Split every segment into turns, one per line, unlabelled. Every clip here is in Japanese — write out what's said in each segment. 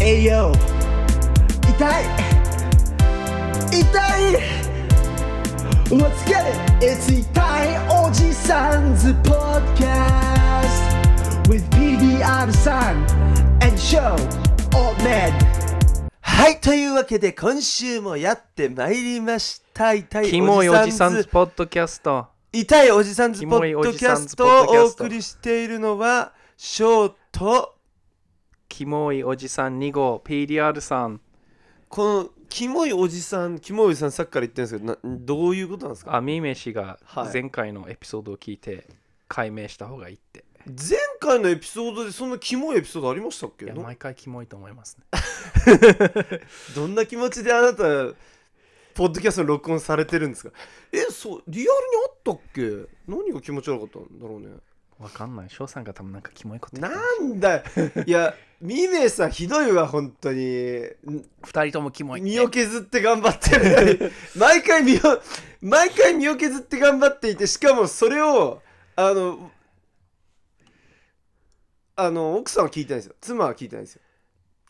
栄養痛い痛いもう疲れ It's 痛いおじさんズポッ d c a s t with BBR さん and show all men
はい、というわけで今週もやってまいりました。痛い
キモいおじさんズ
ズ
ポッドキャスト。
痛いおじさんズ
キ
ポ
モい
ッ
お
ド
じ
キャ
さん
ス
ズ
ト
ポッドキ
を
ャ
お
スト
送りしているのは、ショーと、
キモいおじさん2号、PDR さん。
この、キモいおじさん、キモいおじさんさっきから言ってるんですけど、などういうことなんですか
網飯が
はい
前回のエピソードを聞いて解明した方がいいって。
前回のエピソードでそんなキモいエピソードありましたっけ
いや、
な
毎回キモいと思いますね。
どんな気持ちであなた、ポッドキャストの録音されてるんですかえ、そう、リアルにあったっけ何が気持ち悪かったんだろうね。
わかんない。翔さんが多分なんかキモいこと言っ
な
てる
んだよいや、ミメさんひどいわ、本当に。ん
二人ともキモいって。
身を削って頑張ってる のに。毎回身を、毎回身を削って頑張っていて、しかもそれを、あの、あの、奥さんは聞いてないんですよ。妻は聞いてないんですよ。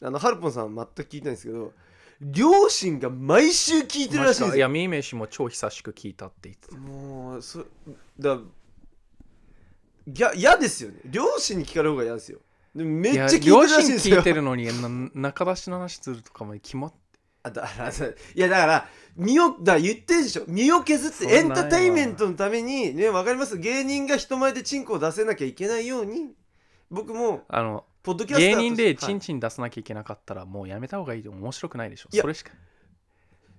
あの、ハルポンさんは全く聞いてないんですけど、両親が毎週聞いてるらしいんです
マジかい
よ。
や、ミーメシも超久しく聞いたって言ってた。
もう、そ、だ、ぎゃ、嫌ですよね。両親に聞かれる方が嫌ですよ。でもめっちゃ聞いてるらしいんです
いや両親聞
よ
い。てるのに、な中出しの話するとかまでキモ
あだからさいやだから身をだから言ってるでしょ身を削って
そんなん
エ
や
ンターテインメントのためにねわかります芸人が人前でチンコを出せなきゃいけないように僕も
あの、
ポッドキャスター
芸人で
として
チン
はい
チン出さなきゃいけなかったら、もうやめた方がいいと面白くないでしょ。
いや
それしか。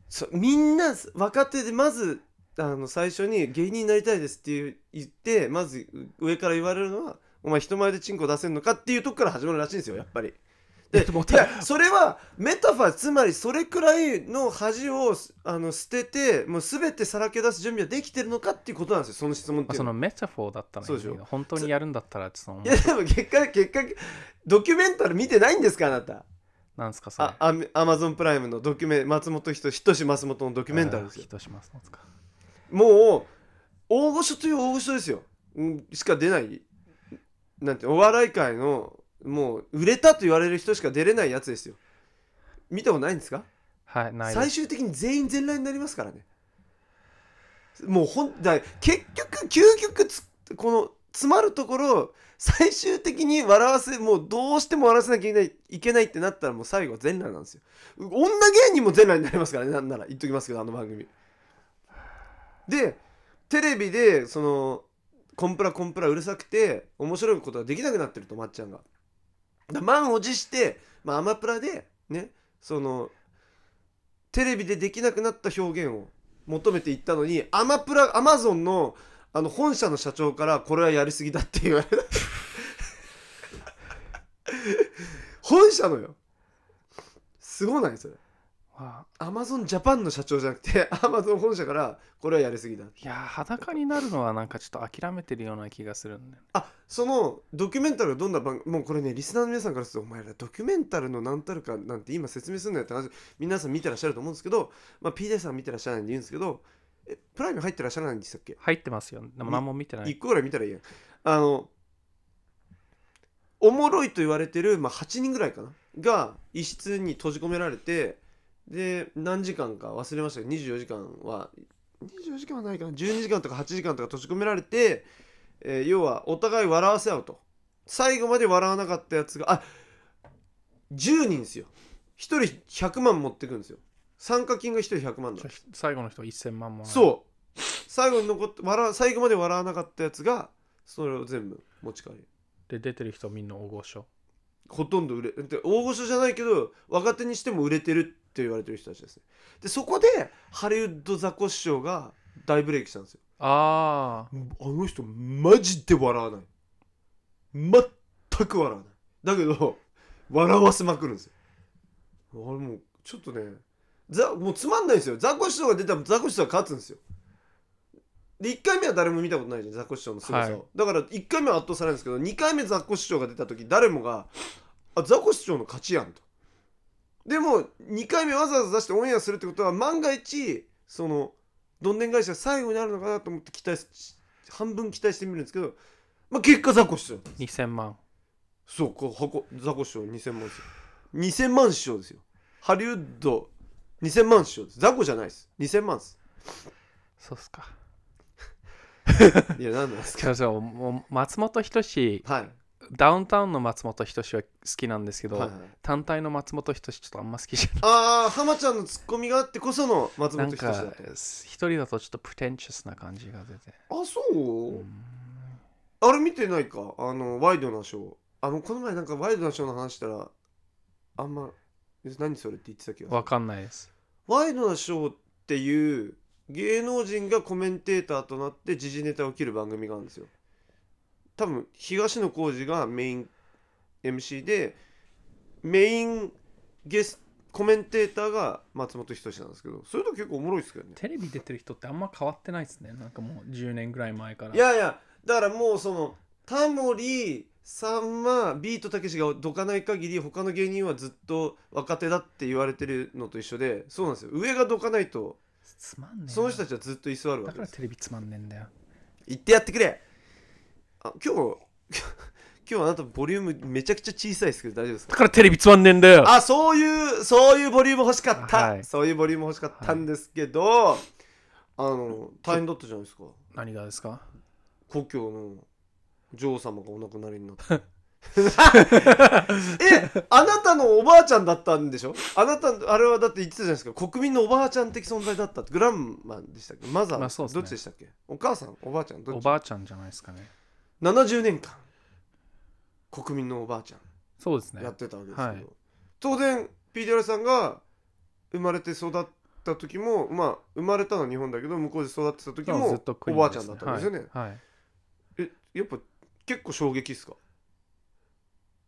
そうみんな若手でまずあの最初に芸人になりたいですっていう言ってまず上から言われるのはお前人前でチンコ出せんのかっていうとこから始まるらしいんですよやっぱり。で
でも
いやそれはメタファーつまりそれくらいの恥をあの捨ててもう全てさらけ出す準備はできてるのかっていうことなんですよその質問って
まあ、
いう
そ
の
の
は。
メタフォーだったらいいんだけ
そうで
ど本当にやるんだったらその
いやでも結果結果ドキュメンタル見てないんですかあなた
なんですかそれ
あアメアマゾンプライムのドキュメン松本人志仁志松本のドキュメンタルですよ
あー人しますのつか
もう大御所という大御所ですようんしか出ないなんてお笑い界のもう売れたと言われる人しか出れないやつですよ見たことないんですか
はいないで
最
す
終的に全員全裸になりますからねもうほんだ結局究極つこの詰まるところ最終的に笑わせもうどうしても笑わせなきゃいけないいけないってなったらもう最後は全裸なんですよ女芸人も全裸になりますからねなんなら言っときますけどあの番組でテレビでそのコンプラコンプラうるさくて面白いことができなくなってるとまっちゃんがだ満を持して、まあ、アマプラでねそのテレビでできなくなった表現を求めていったのにアマプラアマゾンのあの本社の社長からこれはやりすぎだって言われた本社のよすごないそれ
わあ
アマゾンジャパンの社長じゃなくてアマゾン本社からこれはやりすぎだ
いやー裸になるのはなんかちょっと諦めてるような気がするんだよね
あそのドキュメンタルがどんな番もうこれねリスナーの皆さんからするとお前らドキュメンタルの何たるかなんて今説明するんだよって話皆さん見てらっしゃると思うんですけど、まあ、PDA さん見てらっしゃらないんで言うんですけどえプライム入ってらっしゃらないんでしたっけ
入ってますよでも何も見てない
一個ぐらい見たらいいやんあのおもろいと言われてる、まあ、8人ぐらいかなが一室に閉じ込められてで何時間か忘れましたけど24時間は24時間はないかな12時間とか8時間とか閉じ込められて、えー要はお互い笑わせ合うと最後まで笑わなかったやつがあ10人ですよ1人100万持ってくんですよ参加金が1人100万だ
ちょ最後の人1000万もらえる
そう最後に残って笑わ最後まで笑わなかったやつがそれを全部持ち帰り
で出てる人みんな大御所
ほとんど売れで大御所じゃないけど若手にしても売れてるって言われてる人たちですねでそこでハリウッドザコシショウが大ブレイクしたんですよ
あ
あの人マジで笑わない全く笑わないだけど笑わせまくるんですよあれもうちょっとねざもうつまんないんですよザコシショウが出たらザコシショウが勝つんですよで1回目は誰も見たことないじゃんザコシショウの凄さを、
はい
だから1回目は圧倒されるんですけど2回目ザコシショウが出た時誰もがあザコシショウの勝ちやんとでも2回目わざわざ出してオンエアするってことは万が一そのどんでん返しが最後になるのかなと思って期待し半分期待してみるんですけど、まあ、結果ザコシショウ
あ2000万
そうこう箱ザコシショウ2000万ですよ2000万師匠ですよハリウッド2000万師匠です雑魚じゃないです2000万です
そうっすか。
いや何なんですか
そうそうもう松本人志
はい
ダウンタウンの松本人志は好きなんですけど、
はいはい
単体の松本人志ちょっとあんま好きじゃ
ああ浜ちゃんのツッコミがあってこその松
ない
本
な
人
ん
志だ
か
った
一人だとちょっとプテンチュスな感じが出て
あそう、
うん
あれ見てないかあのワイドなショーあのこの前なんかワイドなショーの話したらあんまえ何それって言ってたっけ
わかんないです
ワイドなショーっていう芸能人がコメンテーターとなって時事ネタを切る番組があるんですよ多分東野幸治がメイン MC でメインゲスコメンテーターが松本人志なんですけどそれと結構おもろいですけどね
テレビ出てる人ってあんま変わってないですねなんかもう10年ぐらい前から
いやいやだからもうそのタモリさんはビートたけしがどかない限り他の芸人はずっと若手だって言われてるのと一緒でそうなんですよ上がどかないと
つまんねえな
その人たちはずっと居座るわけ
だか
で
ら
す
テレビつまんねえんだよ
言ってやってくれあ今日 今日あなたボリュームめちゃくちゃ小さいですけど大丈夫です
だ
か
からテレビつまんねえんだよ
あそういうそういうボリューム欲しかった、
はい
そういうボリューム欲しかったんですけど、あの大変だったじゃないですか
何がで すか
故郷の女王様がお亡くなりになった えあなたのおばあちゃんだったんでしょあなたあれはだって言ってたじゃないですか国民のおばあちゃん的存在だったってグランマンでしたっけマザー、
まあそうです
ど
ね
っちでしたっけお母さんおばあちゃんど
お
っち
ばあちゃんじゃないですかね
70年間国民のおばあちゃ
そうですね
んやってたわけですけど、
はい
当然 PDR さんが生まれて育った時もまあ生まれたのは日本だけど向こうで育ってた時
もうず
も
っとク
お
イーン
ばあちゃんだったんですよね、
はい、はい
えやっぱ結構衝撃っすか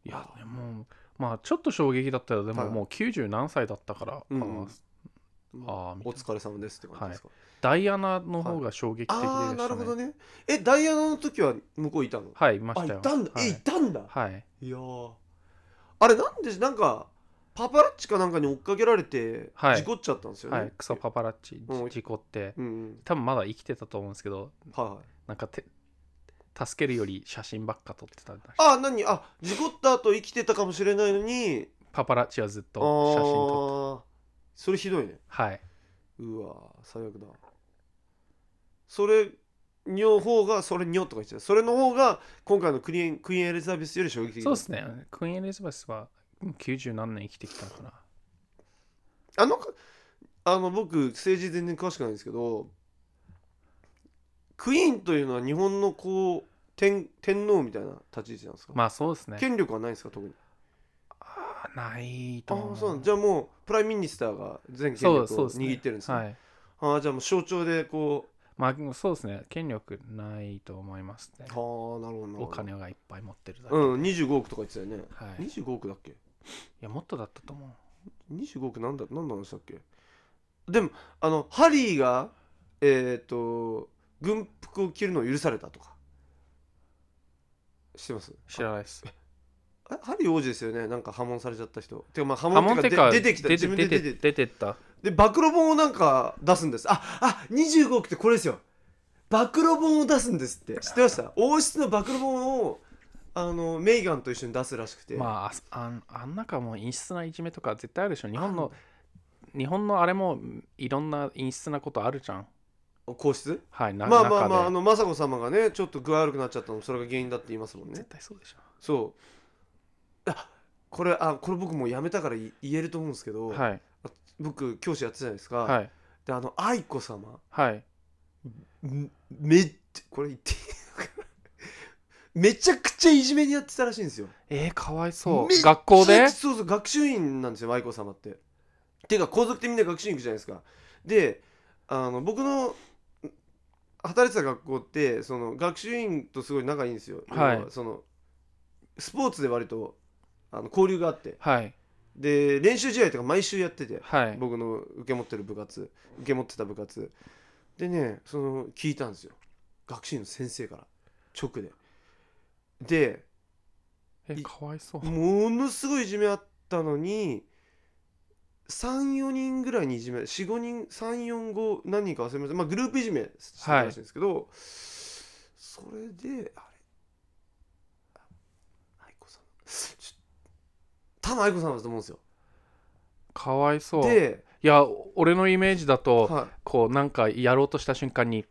いや
あー
でもまあちょっと衝撃だったよでも、
はい
もう90何歳だったから、
うん
あーあーみた
お
いな
疲れ様ですって感じですか、
ダイアナの方が衝撃的でしたね、
ああなるほどねえダイアナの時は向こういたの
はいいま
あ
し
い
たよ
たんだ、
はい
えいたんだ、
はい
い、やーあれなんでなんかパパラッチかなんかに追っかけられて
はい
事故っちゃったんですよね、
はいクソパパラッチ
うん
事故って
うんうん
多分まだ生きてたと思うんですけど
はいはい
なんかて助けるより写真ばっか撮ってたんだ
ああ何あ事故った後生きてたかもしれないのに
パパラッチはずっ
あ
と写真撮っ
あ
て
ーそれひどいね
はい、
うわー最悪だそれの方がそれにょとか言ってたそれの方が今回のクリーンクイーンエリザベスより衝撃的だ
そうですねクイーン・エリザベスはうん90何年生きてきたのかな
あのかあの僕政治全然詳しくないんですけどクイーンというのは日本のこう天天皇みたいな立ち位置なんですか、
まあそうですね
権力はないんですか特に
あーない
あ
と
あ
思う
ーそうなんじゃあもうプライムミニスターが全権
そ
力
うそ
を
うですね
握ってるんですね
はい
ああじゃあもう象徴でこう
まあそうですね権力ないと思いますね
ああなるほどなるほど
お金がいっぱい持ってるだけ、
うん25億とか言ってたよね、
はいい
25億だっけ
やもっとだったと思う
25億なんだ何の話だっけでもあのハリーがえっ、と軍服を着るのを許されたとか知ってます
知らないです
あハリー王子ですよねなんか破門されちゃった人てかまあ破
ハ
門
モ
っ
ン
て
テ
いうか
カ
で出てきた
出
自
て
分で
出て
出て
出てった
で暴露本をなんか出すんですああ25億ってこれですよ暴露本を出すんですって知ってました王室の暴露本をあのメーガンと一緒に出すらしくて、
まああすあんあん中もう陰湿ないじめとか絶対あるでしょ日本の日本のあれもいろんな陰湿なことあるじゃん
皇室
はいな
まあ
中で
まあまああの雅子様がねちょっと具合悪くなっちゃったのそれが原因だって言いますもんね
絶対そうでしょ
そうあこれあこれ僕もうやめたからい言えると思うんですけど、
はい
僕教師やってたじゃないですか、
はい
であの愛子様
はい
んめっちゃこれ言っていいのかな めちゃくちゃいじめにやってたらしいんですよ
えー、かわいそ
めっ
う学校で
そうそう学習院なんですよ愛子様ってていうか皇族ってみんな学習院行くじゃないですかであの僕の働いてた学校ってその学習院とすごい仲いいんですよ、
はい
要そのスポーツで割とあの交流があって
はい
で練習試合とか毎週やってて、
はい
僕の受け持ってる部活受け持ってた部活でねその聞いたんですよ学習院の先生から直でで
えー、かわいそう
ものすごいいじめあったのに34人ぐらいにいじめ45人345何人か忘れました、まあ、グループいじめしてたらしいんですけど、それであれあ愛子さんちょ多分愛子さんだと思うんですよ
かわいそうい
で、
や俺のイメージだと、
は
こうなんかやろうとした瞬間にっ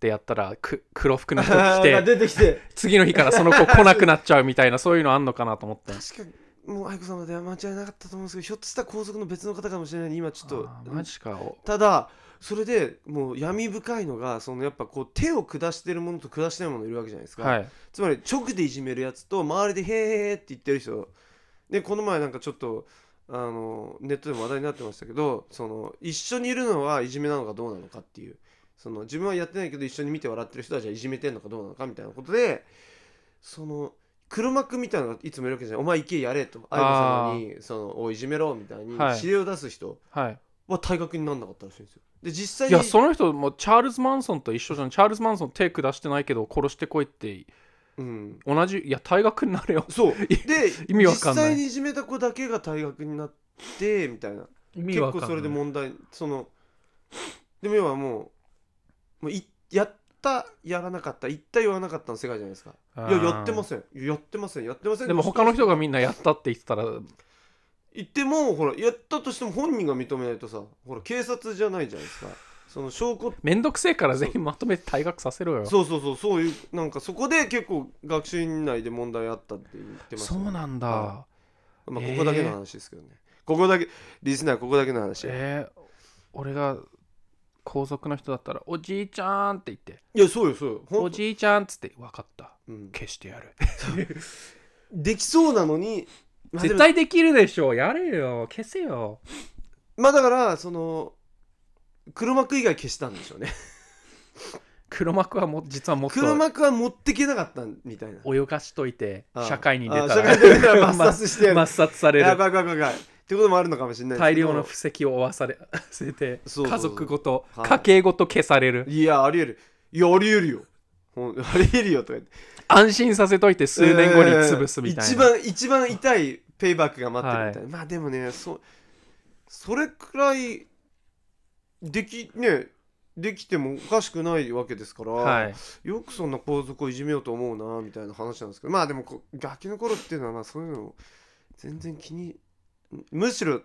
てやったらく黒服 の人が来
が
て
出てきて
次の日からその子来なくなっちゃうみたいなそういうのあんのかなと 思って
い、確かもう愛子さまでは間違いなかったと思うんですけどひょっとしたら皇族の別の方かもしれないんで今ちょっと
あーマジかお
ただそれでもう闇深いのがそのやっぱこう手を下してるものと下してないものいるわけじゃないですか、
はい
つまり直でいじめるやつと周りで「へーへーへーって言ってる人でこの前なんかちょっとあのネットでも話題になってましたけどその一緒にいるのはいじめなのかどうなのかっていうその自分はやってないけど一緒に見て笑ってる人はじゃあいじめてんのかどうなのかみたいなことでその黒幕みたいなのがいつもいるわけじゃない「お前行けやれ」と愛子さまに「そのおいいじめろ」みたいに
はい
指令を出す人
はい
は退学にならなかったらしいんですよ。で実際
い
に
やその人もチャールズ・マンソンと一緒じゃんチャールズ・マンソン手下してないけど殺してこいって
うん
同じいや退学になれよ
そうで
意味わかんない
実際にいじめた子だけが退学になってみたいな
意
結構それで問題そのでも要はもうもういやったやらなかった言った言わなかったの世界じゃないですかいややってませんいややってませんやってません
でも他の人が
そう
みんなやったって言ってたら
言ってもほらやったとしても本人が認めないとさほら警察じゃないじゃないですかその証拠
めんどくせえから全員まとめて退学させろよ
そうそうそうそういうなんかそこで結構学習院内で問題あったって言ってました
そ
ね、
うなんだ、
はまあ、
えー
ここだけの話ですけどね、ここだけリスナーここだけの話、
えー俺が皇族の人だったら「おじいちゃん」って言って
いやそうよそうよ
「
ほん
おじいちゃん」っつって「分かった
うん
消してやる」
できそうなのに、まあ、で
絶
も
対できるでしょやれよ消せよ
まあだからその黒幕以外消したんでしょうね
黒幕はも実はもっと
黒幕は持ってけなかったみたいな
泳がしといて
ああ
社会に出た
あ
ら
社会に出た ら抹
抹
殺してやる
抹殺され
や
る
ばいやばいやばいってこともあるのかもしれないです
大
けど
量の布石を負わされ忘れて
そうそうそう
家族ごと
はい
家計ごと消される
いやありえるいやありえるよほんありえるよとか言って
安心させといて数年後に潰すみたいな、
えー一番一番痛いペイバックが待ってるみたいな、まあでもねそそれくらいできねできてもおかしくないわけですから、
はい
よくそんな皇族をいじめようと思うなみたいな話なんですけどまあでもこガキの頃っていうのはまあそういうの全然気にむしろ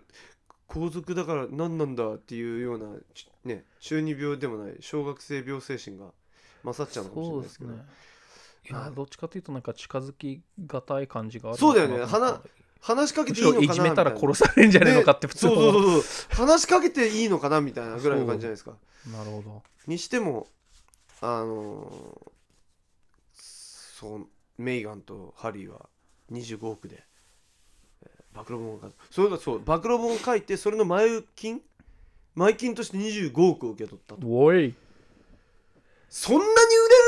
皇族だから何なんだっていうようなちね中二病でもない小学生病精神が勝っちゃうのかもしれ
そ
な
う
い
で
です
す
けど
ね。いや、
はい
どっちかというとなんか近づきがたい感じがある
そうだよね
のかな
花話しかけ
む
て
し
いいのか
ろ
ない
じめたら殺されるんじゃないのかって普通
そう
思
そうそうそう話しかけていいのかなみたいなぐらいの感じじゃないですか
なるほど
にしてもあのーそうメイガンとハリーは25億で、えー暴露本を書いそれがそう暴露本を書いてそれの前金前金として25億を受け取ったと
おい
そんなに売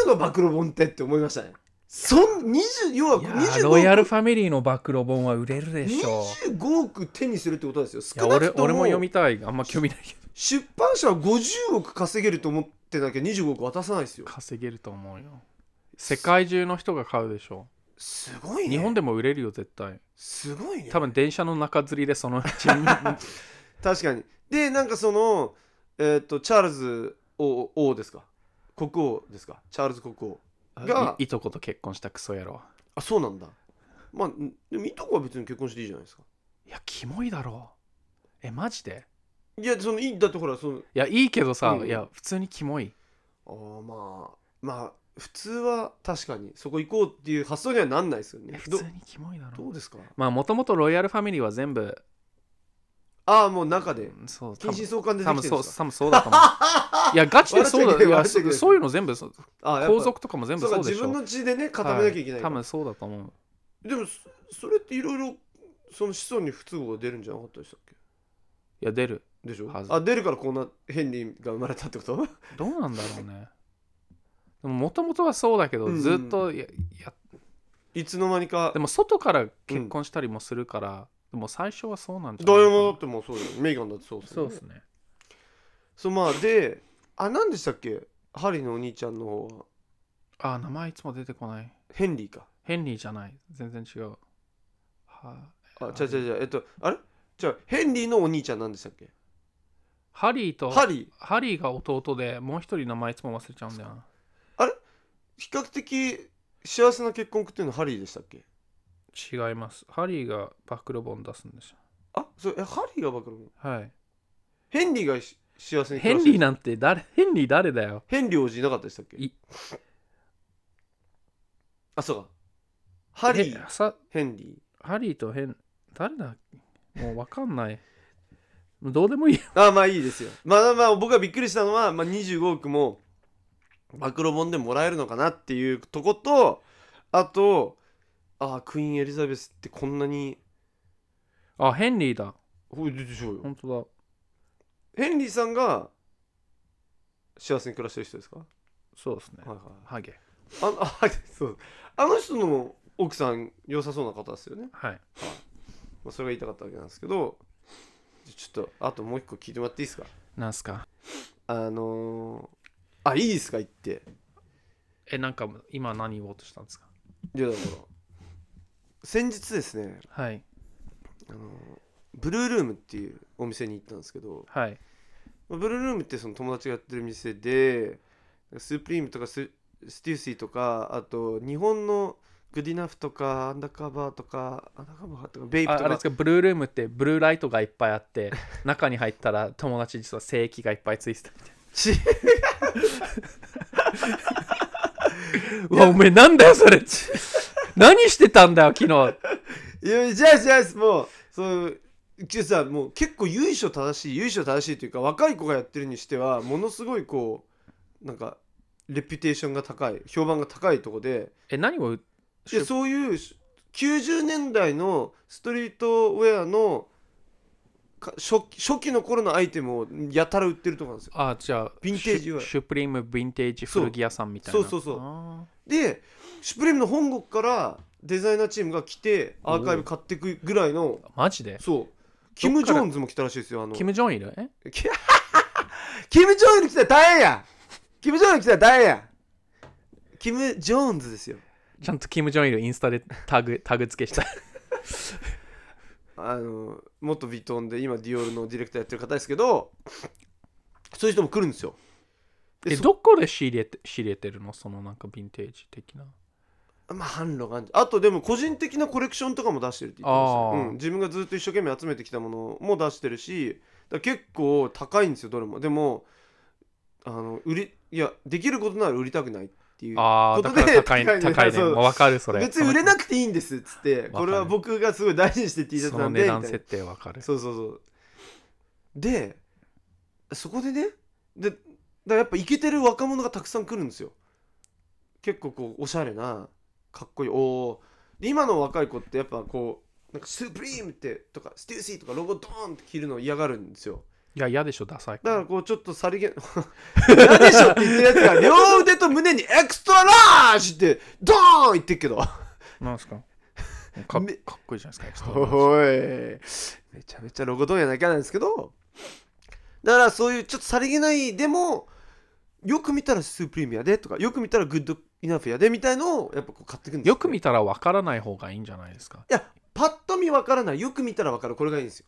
れるの暴露本ってって思いましたねそん20要はい
や
25
ロイヤル
億
ファミリーの暴露本は売れるでしょう
25億手にするってことですよ
いや
少な
俺
くと
俺も
も
読みたいあんま興味ないけど
出版社は50億稼げると思ってなきゃ25億渡さないですよ
稼げると思うよ世界中の人が買うでしょ
すごいね
日本でも売れるよ絶対
すごいね
多分電車の中吊りでそのうちに
確かにでなんかそのえーっとチャールズ王王ですか国王ですかチャールズ国王 が
いいとこと結婚したクソ野郎
あそうなんだまあんでもいとこは別に結婚していいじゃないですか
いやキモいだろえマジで
いやそのいいだってほらその
いやいいけどさ、
うん
いや普通にキモい
あーまあまあ普通は確かにそこ行こうっていう発想にはなんないですよ
い
ね
や普
ど
通にキモいだろ
どうですか
まあもともとロイヤルファミリーは全部
ああもう中で
そう
近
多分
親相関でで
多
きて
分そ
るんですか
う多分そう だと思ういやガチでそうだい
笑
や
っちゃいけない笑っちゃいけ
そ
ない
そういうの全部そう
あーやっぱ
皇族とかも全部
そう
そ
か
うでし
自分
ょ
の血でね固めなきゃいけないから
は多分そうだと思う
でもそそれっていろいろその子孫に不都合が出るんじゃなかったでしたっけ
いや出る
でしょ
はず
あ出るからこんなヘンリーが生まれたってこと
どうなんだろうねでももともとはそうだけど、
うん
ずっとやや
いつの間にか
でも外から結婚したりもするから、でも最初はそうなんじゃない
誰もだっ
か
てもうそうだよねメーガンだってそうで
な
す
そ
よ
う
ね
ですね
そうまあであ何でしたっけハリーのお兄ちゃんの方は
あー名前いつも出てこない
ヘンリーか
ヘンリーじゃない全然違うは
あ違う違う違うえっとあれじゃヘンリーのお兄ちゃんなんでしたっけ
ハリーと
ハリー
ハリーが弟でもう一人名前いつも忘れちゃうんだよな
比較的幸せな結婚っていうのはハリーでしたっけ
違います。ハリーが暴露本出すんですよ。
あそれえハリーが暴露
はい
ヘンリーがし幸せに
ヘ
暮ら
ン
してる
リーなんて誰ヘンリー誰だよ
ヘンリー王子いなかったでしたっけ
い
あそうかハリ
え
ー
さ
ヘンリ
ハリーとヘン誰だもう分かんないどうでもいいよ
ーあまあいいですよまあまあ僕がびっくりしたのは、まあ、25億も暴露本でもらえるのかなっていうとことあとあクイーンエリザベスってこんなに
あヘンリーだ
ほいでしょうよ
本当だ
ヘンリーさんが幸せに暮らしてる人ですか、は
そうですね
いはい、
ハゲ
あのあそうあの人の奥さん良さそうな方ですよね、
はい
まあ、それが言いたかったわけなんですけどちょっとあともう一個聞いてもらっていいですか
なんすか
あのー、あいいですか言って
えなんか今何言おうとしたんですか
いやだから先日ですね、
はい
あのーブルールームっていうお店に行ったんですけど、
はい
まあブルールームってその友達がやってる店でスープリームとかスステューシーとかあと日本のグディナフとかアンダーカバーとかアンダーカバーとかベイプ
あ
と
あれです
か
かブルールームってブルーライトがいっぱいあって 中に入ったら友達実は精液がいっぱいついてたみたい
ち
なうわおめえなんだよ それ何してたんだよ昨日
いやじゃあじゃあもうそうけどさもう結構由緒正しい由緒正しいというか若い子がやってるにしてはものすごいこうなんかレピュテーションが高い評判が高いとこで
え何を
でそういう90年代のストリートウェアのか初期初期の頃のアイテムをやたら売ってるとこなんですよ
あじゃあ
ヴィンテージは
シュシュプリームヴィンテージ古着屋さんみたいな
そうそうそうそう
あ
でシュプレムの本国からデザイナーチームが来てアーカイブ買ってくぐらいの
ーマジで
そうキム・ジョーンズも来たらしいですよあの
キム・ジョンいるえ
キキム・ジョンイル来たら大変やキム・ジョンイル来たら大変やキム・ジョーンズですよ
ちゃんとキム・ジョンいるインスタでタグタグ付けした
あの元ヴィトンで今ディオールのディレクターやってる方ですけどそういう人も来るんですよで
え
そ
どこで仕入れて仕入れてるのそのなんかヴィンテージ的な
まあ販路があるあとでも個人的なコレクションとかも出してるって言ってました
あ
ね、
ー
うん、自分がずっと一生懸命集めてきたものも出してるしだから結構高いんですよどれもでもあの売りいやできることなら売りたくないっていう
ああ
こ
だ
と
か
で
ら高い
高いね
高いね
そう
わかるそれ
別に売れなくていいんですっつって
る
これは僕がすごい大事にして T シャツ
そ
な
の
んで
値
みたい
段
な
設定わかる
そうそうそうでそこでねでだからやっぱイケてる若者がたくさん来るんですよ結構こうおしゃれなかっこいいおーで今の若い子ってやっぱこうなんか「スプリーム」ってとか「ステューシー」とかロゴドーンって着るの嫌がるんですよ
いや嫌でしょダサい
だからこうちょっとさりげ なんでしょって言ってるやつが両腕と胸に「エクストラージ!」ってドーン言ってっけど
なん すかか
め
かっこいいじゃな いですか
おいめちゃめちゃロゴドンやなきゃなんですけどだからそういうちょっとさりげないでもよく見たらスープリームやでとかよく見たらグッドイナフやでみたいのをやっぱこう買ってくんです
よく見たらわからない方がいいんじゃないですか
いやパッと見わからないよく見たらわかるこれがいいんですよ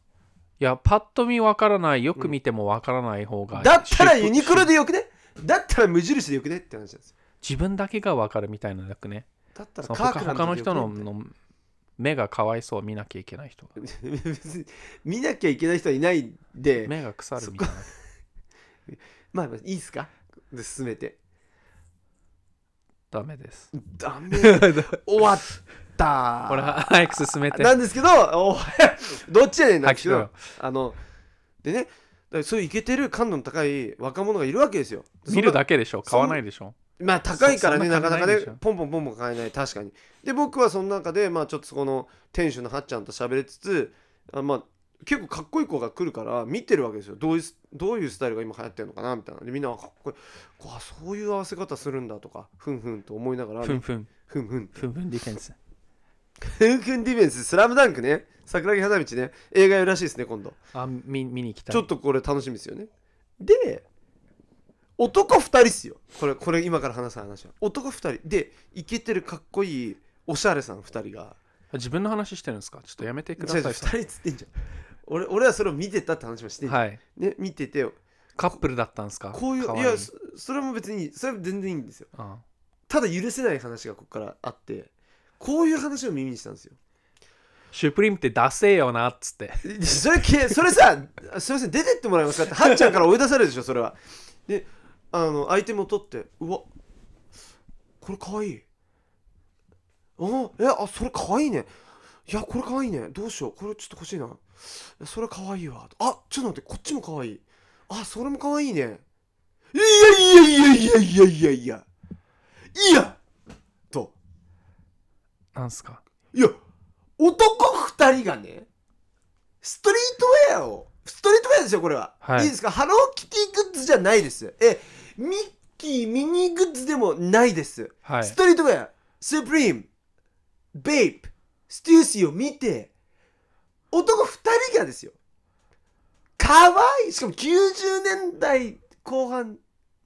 いやパッと見わからないよく見てもわからない方がいい
だったら
シュ
ユニクロでよくねだったら無印でよくねって話なんですよ
自分だけがわかるみたいなのなくね
だったら
その
カー
他
クラン
他
ド
の
でよく
人
ね
のの目がかわいそう見なきゃいけない人が
って 別に見なきゃいけない人はいないで
目が腐るみたいな
まあまあいいっすかで進めて
ダメです
ダ メ終わった
ほら早く進めて
なんですけど、お どっちやねんなんですけ
は
ど
い、
あの、でね、だからそういうイケてる感度の高い若者がいるわけですよ。
見るだ
け
けでし
そん
ょ買
な
わないでしょ
まあ高いからね、
そ
な
そん
か
な
なか
金ない
ね
でしょ、
ポンポンポンポン買えない、確かに。で、僕はその中で、まあちょっとそこの店主のはっちゃんと喋りつつ、あまあ結構かっこいい子が来るから見てるわけですよ。どういうスどういうスタイルが今流行ってるのかなみたいな。で、みんなあかっこいい。あそういう合わせ方するんだとか、ふんふんと思いながら、
ふんふん
ふんふん
ふんふんディフェンス
ふんふんディフェンス、スラムダンクね、桜木花道ね、映画やるらしいですね、今度。
あ見見に行きたい
ちょっとこれ楽しみですよね。で、男2人っすよ。これ、これ今から話す話は。男2人。で、イケてるかっこいいおしゃれさん2人が。
自分の話してるんですかちょっとやめてくださ
違う違う
い
2人っつってんじゃん。俺俺はそれを見てたって話もしてんじゃん、
はい
ね、見てて、
カップルだったんですか
こういう、
可
い
愛
や、そそれも別に、それも全然いいんですよ。
うん
ただ許せない話がここからあって、こういう話を耳にしたんですよ。
シュプリームってダセえよなっつって
それけそれさすいません出てってもらえますかってはっちゃんから追い出されるでしょそれはであのアイテムを取ってうわこれかわいいあえあそれかわいいねいやこれかわいいねどうしようこれちょっと欲しいないやそれかわいいわあちょっと待ってこっちもかわいいあそれもかわいいねいやいやいやいやいやいやいやいやと
なんすか
いや男二人がねストリートウェアをストリートウェアですよこれは、
はい
い、いですかハローキティグッズじゃないですえミッキーミニーグッズでもないです、
はい
ストリートウェアスプリームベイプステューシーを見て男二人がですよ可愛いしかも90年代後半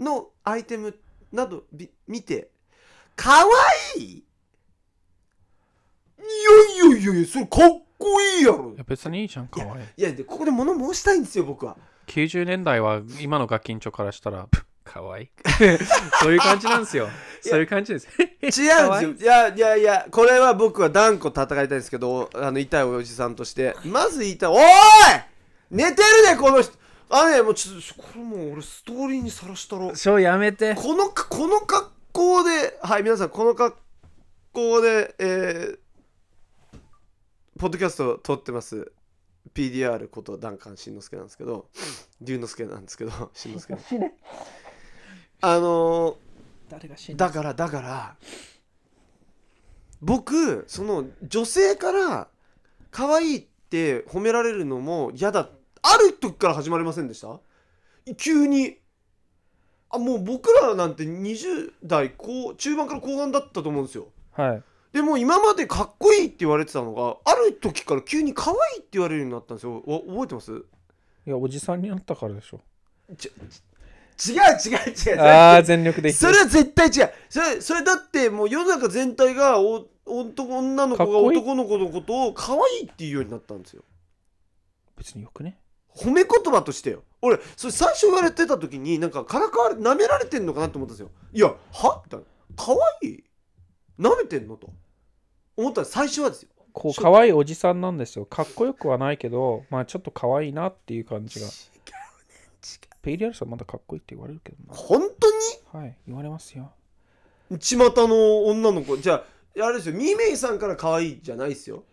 のアイテムなどび見て可愛いいやいやいやいやそれかっこいいやろ
いや別にいいじゃんかわいい
いやでここで物申したいんですよ僕は
90年代は今のガキンチョからしたら プかわいいそういう感じなんですよそういう感じです
違うんです
可愛
よ
い
いやいやいやこれは僕は断固戦いたいんですけどあの痛いおじさんとしてまず言いたいおーい寝てるねこの人あのねもうちょっとこれもう俺ストーリーにさらしたろ
ショーやめて
このかこの格好ではい皆さんこの格好でえーポッドキャストを撮ってます PDR ことダンカンしんのすけなんですけど龍之介なんです けどしんのすけあの
誰が死
ーだからだから僕その女性から可愛いって褒められるのも嫌だある時から始まりませんでした急にあもう僕らなんて20代後中盤から後半だったと思うんですよ
はい
でも今までかっこいいって言われてたのがある時から急に可愛いって言われるようになったんですよお覚えてます
いやおじさんになったからでしょ
違う違う違
ああ全力で
それは絶対違うそれそれだってもう世の中全体がお男女の子
か
が
っこいい
男の子のことを可愛いっていうようになったんですよ
別によくね
褒め言葉としてよ俺それ最初言われてた時になんかからかわれなめられてんのかなって思ったんですよいやはみたいな可愛いなめてんのと思ったんです最初はですよ
こう
しょ
可愛いおじさんなんですよかっこよくはないけどまあちょっと可愛いなっていう感じがペイリアルさんまだかっこいいって言われるけど
本当に
なはい言われますよ
巷の女の子じゃああれですよミーメイさんから可愛いじゃないですよ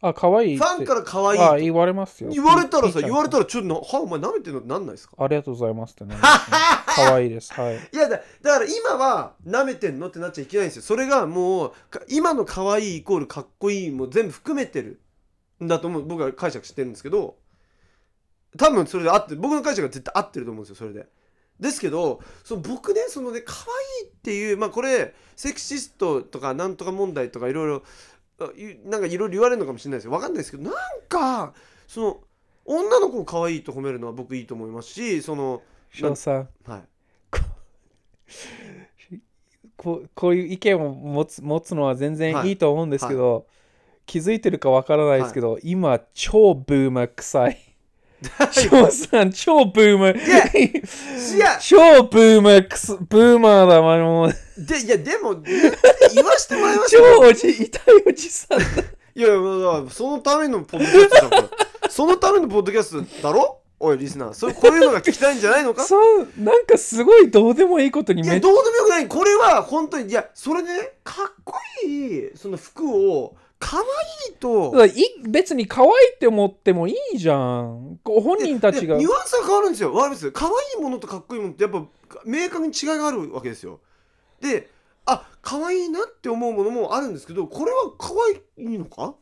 あ可愛い
フ
っ
ァ
て
ンから可愛い
あ
と
言われますよ
言われたらさ
ピーちゃん
言われたらちょっとなはお前なめてんのってなんないですか
ありがとうございますっ てね可愛いですはい
いやだだから今はなめてんのってなっちゃいけないんですよそれがもうか今の可愛いイコールかっこいいも全部含めてるんだと思う僕は解釈してるんですけど多分それで合ってる僕の解釈が絶対合ってると思うんですよそれでですけどその僕ねそのね可愛いっていうまあこれセクシストとかなんとか問題とかいろいろあいなんかいろいろ言われるのかもしれないですよわかんないですけどなんかその女の子を可愛いと褒めるのは僕いいと思いますしその
翔さん
はい
こうこういう意見を持つ持つのは全然
はい
いいと思うんですけど、気づいてるかわからないですけど、今超ブーマー臭 い翔さん超ブーマー
いや
超ブーマーくすブーマーだもう
で、いや、でも、言わしてもらいましたよ。
超おじ痛いおじさんだ
いやいやまあ、そのためのポッドキャストだから。そのためのポッドキャストだろおい、リスナー。それ、こういうのが聞きたいんじゃないのか
そうなんかすごいどうでもいいことに
い
め
や、
っちゃ
どうでもよくない。これは、本当に、いや、それね、かっこいい、その服を、可愛いと、
い別に可愛いって思ってもいいじゃんこう本人たち
いや
が
ニュアンスが変わるんですよわかります可愛いものとかっこいいものってやっぱ明確に違いがあるわけですよであ可愛いなって思うものもあるんですけどこれは可愛いのか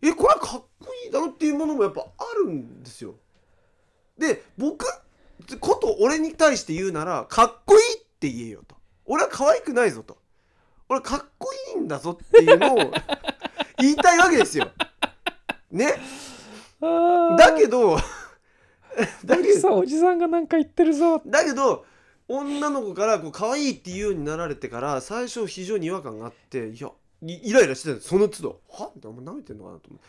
えこれはかっこいいだろっていうものもやっぱあるんですよで僕こと俺に対して言うならかっこいいって言えよと俺は可愛くないぞと俺はかっこいいんだぞっていう のを言いたいわけですよねだけ
ど
ど だ
お
け
じ
ど
さんおじさんがなんか言ってるぞ
だけど女の子からこう可愛いって言うようになられてから最初非常に違和感があっていやいイライラしてたんですその都度はみたいなお前舐めてんのかなと思う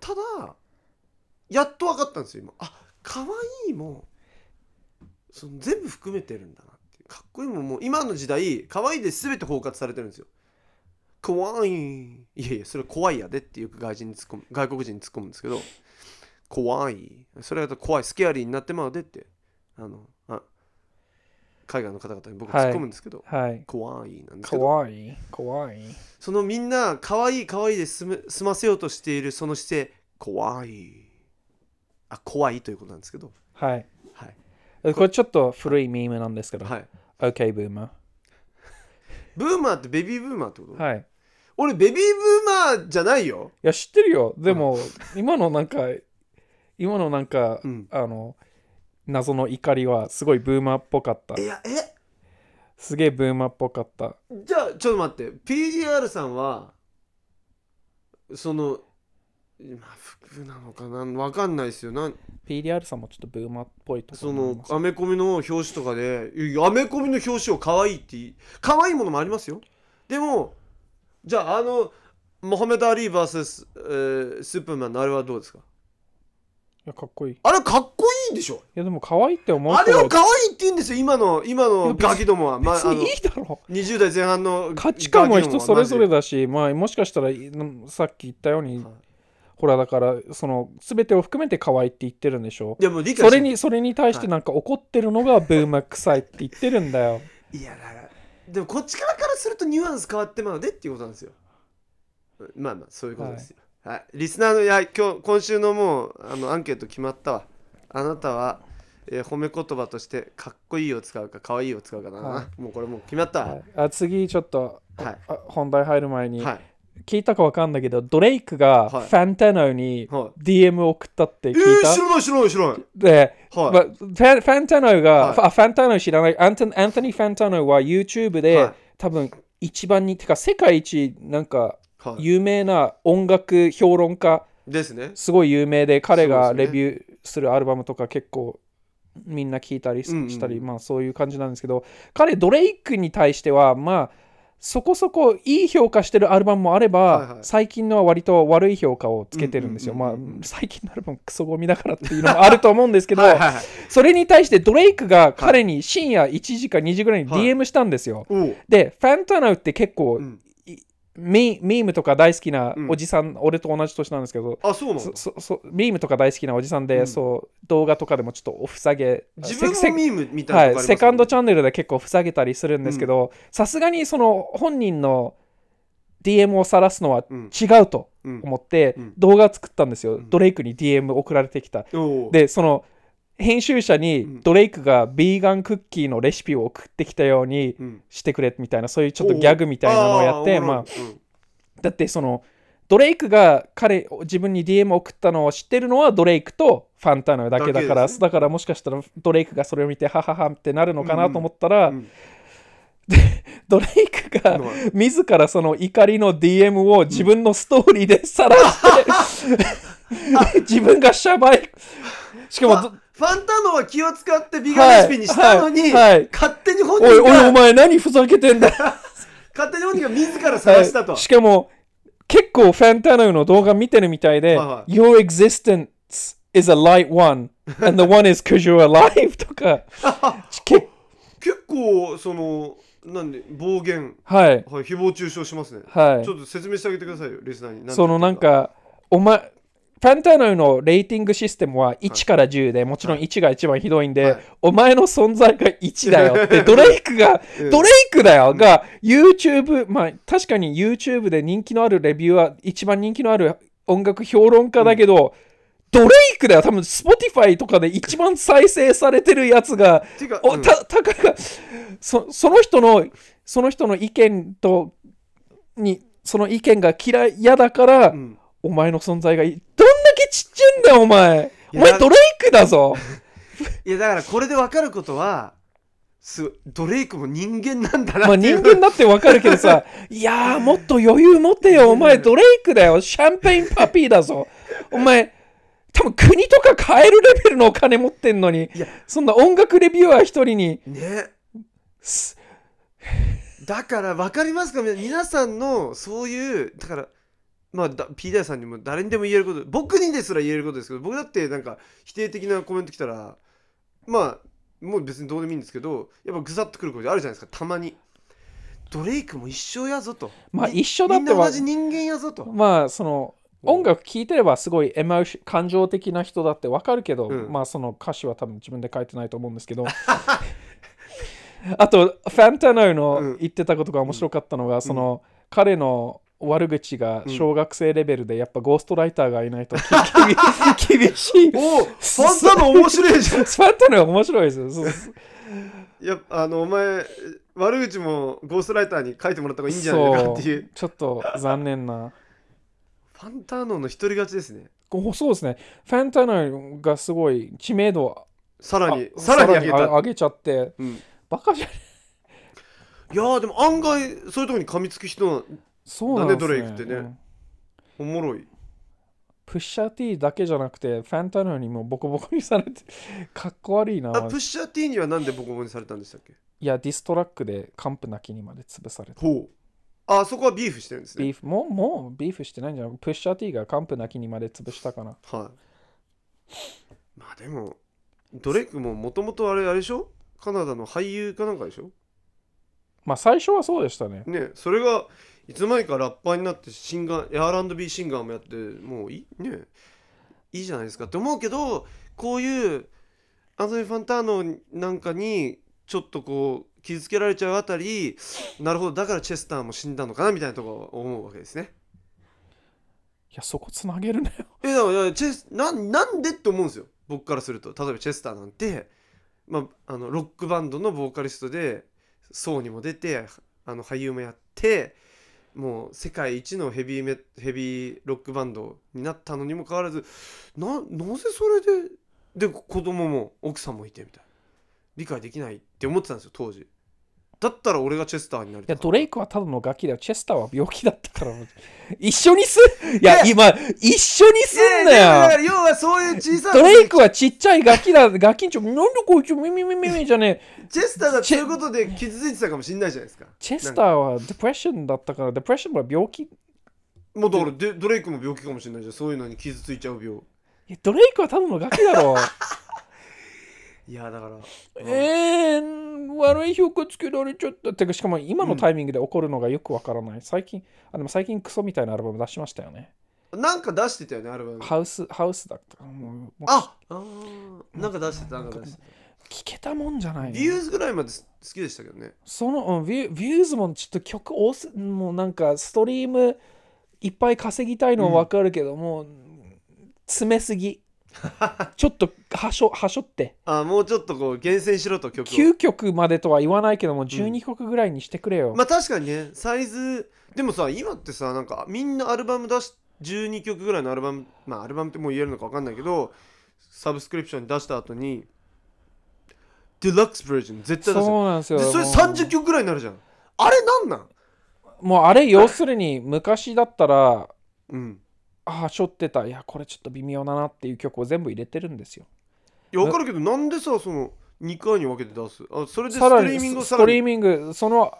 ただやっと分かったんですよ今あ可愛いもその全部含めてるんだなってかっこいいももう今の時代可愛いで全て包括されてるんですよ怖いいやいやそれ怖いやでってよく外人に突っ込む外国人に突っ込むんですけど怖いそれだと怖いスケアリーになってまうでってあのあ海外の方々に僕
はい
突っ込むんですけど、
はい。
怖いなんです
か
けど
わいい。かわいい。
そのみんな可愛い可愛いで済む済ませようとしているその姿勢怖いあ怖いということなんですけど
はい。
はい
これちょっと古いミームなんですけど。
はい
OK、ブーマ
ブーマーってベビーブーマーってこと、
ー。はい。
俺ベビーブーマーじゃないよ
いや、知ってるよ。でも、今のなんか、今のなんか、
うん
あの、謎の怒りはすごいブーマーっぽかった
い。やえ
すげえブーマーっぽかった。
じゃあちょっと待って PDR さんはそのまあ服なのかなわかんないですよなん
PDR さんもちょっとブーマーっぽいとこ
そ
ろもあり
の
ます
アメコミの表紙とかでいやアメコミの表紙を可愛いっていい可愛いものもありますよでもじゃああのモハメド・アリー VS、えースーパーマンのあれはどうですか
いや、かっこいい。い
あれかっこいいでしょ
や、でも可愛いって思う
あれ
人は
を可愛いって言うんですよ今の今
い
の
や別に
ガキどもは、まあ、
別
あの
にいいだろ。
20代前半の
価値観は
ガキど
人
もは
それぞれ
マ
だし、まあ、もしかしたらいさっき言ったよう
ジ
に
で、はい
ほらだからその全てを含めて可愛いって言ってるんでしょ
いやもう理解
そ
して
れにそれに対してなんか怒ってるのがブーマー臭いって言ってるん だよ
いやだからでもこっちからからするとニュアンス変わってまうでっていうことなんですよまあまあそういうことですよはい、リスナーのいや今日今週のもうあのアンケート決まったわあなたは、えー褒め言葉としてかっこいいを使うかかわいいを使うかだな、
は
もうこれもう決まったわ
あ次ちょっと
は
あ本題入る前
い
に、
はい
聞いたかわかんないけどドレイクがフ
はい
ァンタノに
はい
DM を送ったって
え
聞い
ー、
た、
知らない知らない知らない
で、
はい、
まあファンファンタノが、
はい
あファンタノ知らないアントアントニー・ファンタノは YouTube で、
はい
多分一番にてか世界一なんか
はい
有名な音楽評論家、
ですね
すごい有名で彼が
そうで
レ
すね
ビューするアルバムとか結構みんな聴いたりす
うんうん
したり、まあそういう感じなんですけど彼ドレイクに対してはまあそこそこいい評価してるアルバムもあれば、
はいはい
最近のは割と悪い評価をつけてるんですよ、
うんうんうんうん
まあ最近のアルバムクソゴミだからっていうのもあると思うんですけど
はいはいはい
それに対してドレイクが彼に深夜1時か2時ぐらいに
はい
DM したんですよ、
おう
でファンタナウって結構、
うん
ミミームとか大好きな
うん
おじさん、俺と同じ年なんですけど
あそうなの
そそそミームとか大好きなおじさんで、
うん
そう動画とかでもちょっとおふさげ
自分
セ
も
クセ
ミームみた
はい
なとこあり
い、
ます
セカンドチャンネルで結構ふさげたりするんですけどさすがにその本人の DM を晒すのは
うん
違うと
うん
思って
うん
動画作ったんですよ、
うん
ドレイクに DM 送られてきた
おう
でその編集者
う
に
ん
ドレイクがビーガンクッキーのレシピを送ってきたように
うん
してくれみたいなそういうちょっとギャグみたいなのをやって
おう
まあ
あーおもろいうん
だってそのドレイクが彼自分に DM を送ったのを知ってるのはドレイクとファンターナだけだから
だ
だ,、
けです
からもしかしたらドレイクがそれを見てハハハってなるのかなと思ったら、
うん
ドレイクが
うん
自らその怒りの DM を自分のストーリーでさらして、 自分が謝罪しかもど
ファンタノは気を使ってビガレシピにしたのに、
はいはいはい
勝手に本
おい
人
おいお
が、
前何ふざけてんだ
勝手に本人が自ら探したと。
はいしかも結構ファンタナウの動画見てるみたいで、
はいは
Your existence is a light one and the one is cause you're alive とかけ
結構、その、なんで、暴言、
はい
はい、誹謗中傷しますね。
はい
ちょっと説明してあげてくださいよ、リスナーに。
そのなん、かお前ファンタナウのレーティングシステムは1から10で、もちろん1が一番ひどいんで、
はい
お前の存在が1だよって ドレイクが、
うん
ドレイクだよが YouTube まあ確かに YouTube で人気のあるレビューは一番人気のある音楽評論家だけど、ドレイクだよ多分 Spotify とかで一番再生されてるやつが
てか、
お
うん
たたかがそその人のその人の意見とにその意見が嫌い嫌だから、
うん
お前の存在がいいどんだけちっちゃいんだよお前お
や
前ドレイクだぞ
いや、だからこれで分かることは、すごいドレイクも人間なんだ な
まあ
ってい
人
う。
間だってわかるけどさ いやーもっと余裕持てよお前ドレイクだよシャンペインパピーだぞお前多分国とか買えるレベルのお金持ってんのに
いや
そんな音楽レビューアー一人に
ね。
す
だから分かりますか皆さんのそういうだからまあだ P ダイさんにも誰にでも言えること僕にですら言えることですけど僕だってなんか否定的なコメント来たらまあもう別にどうでもいいんですけどやっぱぐさっとくることあるじゃないですかたまに。ドレイクも一緒やぞと
まあ
み
一緒だって
みんな
は
同じ人間やぞと
まあその音楽聴いてればすごいエモーシ感情的な人だってわかるけど、
うん
まあその歌詞は多分自分で書いてないと思うんですけどあとファンタナウ
うん
の言ってたことが面白かったのが、その彼の悪口が小学生レベルでやっぱゴーストライターが いないと厳厳しい。
おおファンタの面白いじゃん
ファンタナウ面白いですよ。そう
いやあのお前悪口もゴーストライターに書いてもらった方がいいんじゃないかっていう
そうちょっと残念な。
ファンターノの独り勝ちですね
こうそうですね。ファンタナウがすごい知名度を
さらに
あ
さらに上げ
あ
た、
上げちゃって、
うん、い
バカじゃね
やーでも案外そういうとこに噛みつく人は
そうなんです、ね、
なんでドレイクってね
うん
おもろい
プッシャー T だけじゃなくて、ファンタナウにもボコボコにされて、かっこ悪いな。
あプッシャー T にはなんでボコボコにされたんでしたっけ
いや、ディストラックでカンプなきにまで潰された。
ほうあそこはビーフしてるんです
ビ
ね
ーフもう、もうビーフしてないんじゃないプッシャー T がカンプなきにまで潰したかな。
はいまあでもドレイクももともとあれあれでしょカナダの俳優かなんかでしょ
まあ、最初はそうでしたね。
ねそれがいつの間にかラッパーになってシンガー R&B シンガーもやってもういいねいいじゃないですかって思うけどこういうアンソニー・ファンターノなんかにちょっとこう傷つけられちゃうあたりなるほどだからチェスターも死んだのかなみたいなとこは思うわけですね
いや、そこつなげるね。
えだからチェスなんなんでって思うんですよ僕からすると例えばチェスターなんて、まあ、あのロックバンドのボーカリストでソーにも出てあの俳優もやってもう世界一のヘビーメヘビーロックバンドになったのにもかかわらずななぜそれでで子供も奥さんもいてみたいな理解できないって思ってたんですよ当時だったら俺がチェスターになり
いや、
たか
ド
った
レイクはただのガキだよ。チェスターは病気だったから。一緒にすい
い
や、
や
今、一緒にすん
いやいやだ
な
か
よ。
ら要はそういう小さな
ドレイクはちっちゃいガキだ。ガキんちょ、なんでこいつ、みみみみみじゃねえ。
チェスターだってそういうことで傷ついてたかもしれないじゃないですか
チェスターはデプレッションだったから、デプレッションは病気。い
もうだからでドレイクも病気かもしれないじゃんそういうのに傷ついちゃう病
やドレイクはただのガキ だろ。
いやだから、
えー、悪い評価つけられちゃった。てか、しかも今のタイミングで起こるのがよくわからない。最近、あ、でも最近クソみたいなアルバム出しましたよね。
なんか出してたよねアルバム
ハウス、ハウスだったから。もう、もう
ああーなんか出してたなんか出して
聞けたもんじゃな
た
い、
ビューズぐらいまで好きでしたけどね
その、うん、ビュービューズもちょっと曲多す、もうなんかストリームいっぱい稼ぎたいのはわかるけど、もう、詰めす ぎ。ちょっとはしょ、はしょって。
あもうちょっとこう厳選しろと曲を
9曲までとは言わないけども12曲ぐらいにしてくれよ、
まあ確かにねサイズでもさ今ってさなんかみんなアルバム出し12曲ぐらいのアルバムまあアルバムってもう言えるのか分かんないけどサブスクリプションに出した後にデラックスバージョン絶対出す
そうなんですよ
でそれ
もう
30曲ぐらいになるじゃんあれなんなん
もうあれ要するに昔だったら
うん
ああしょってたいやこれちょっと微妙だなっていう曲を全部入れてるんですよ
いや分かるけどなんでさその2回に分けて出すあそれでス
さ
ト
ら
リーミング
に
を
ス
さ
ト
ら
リー
に
ミングその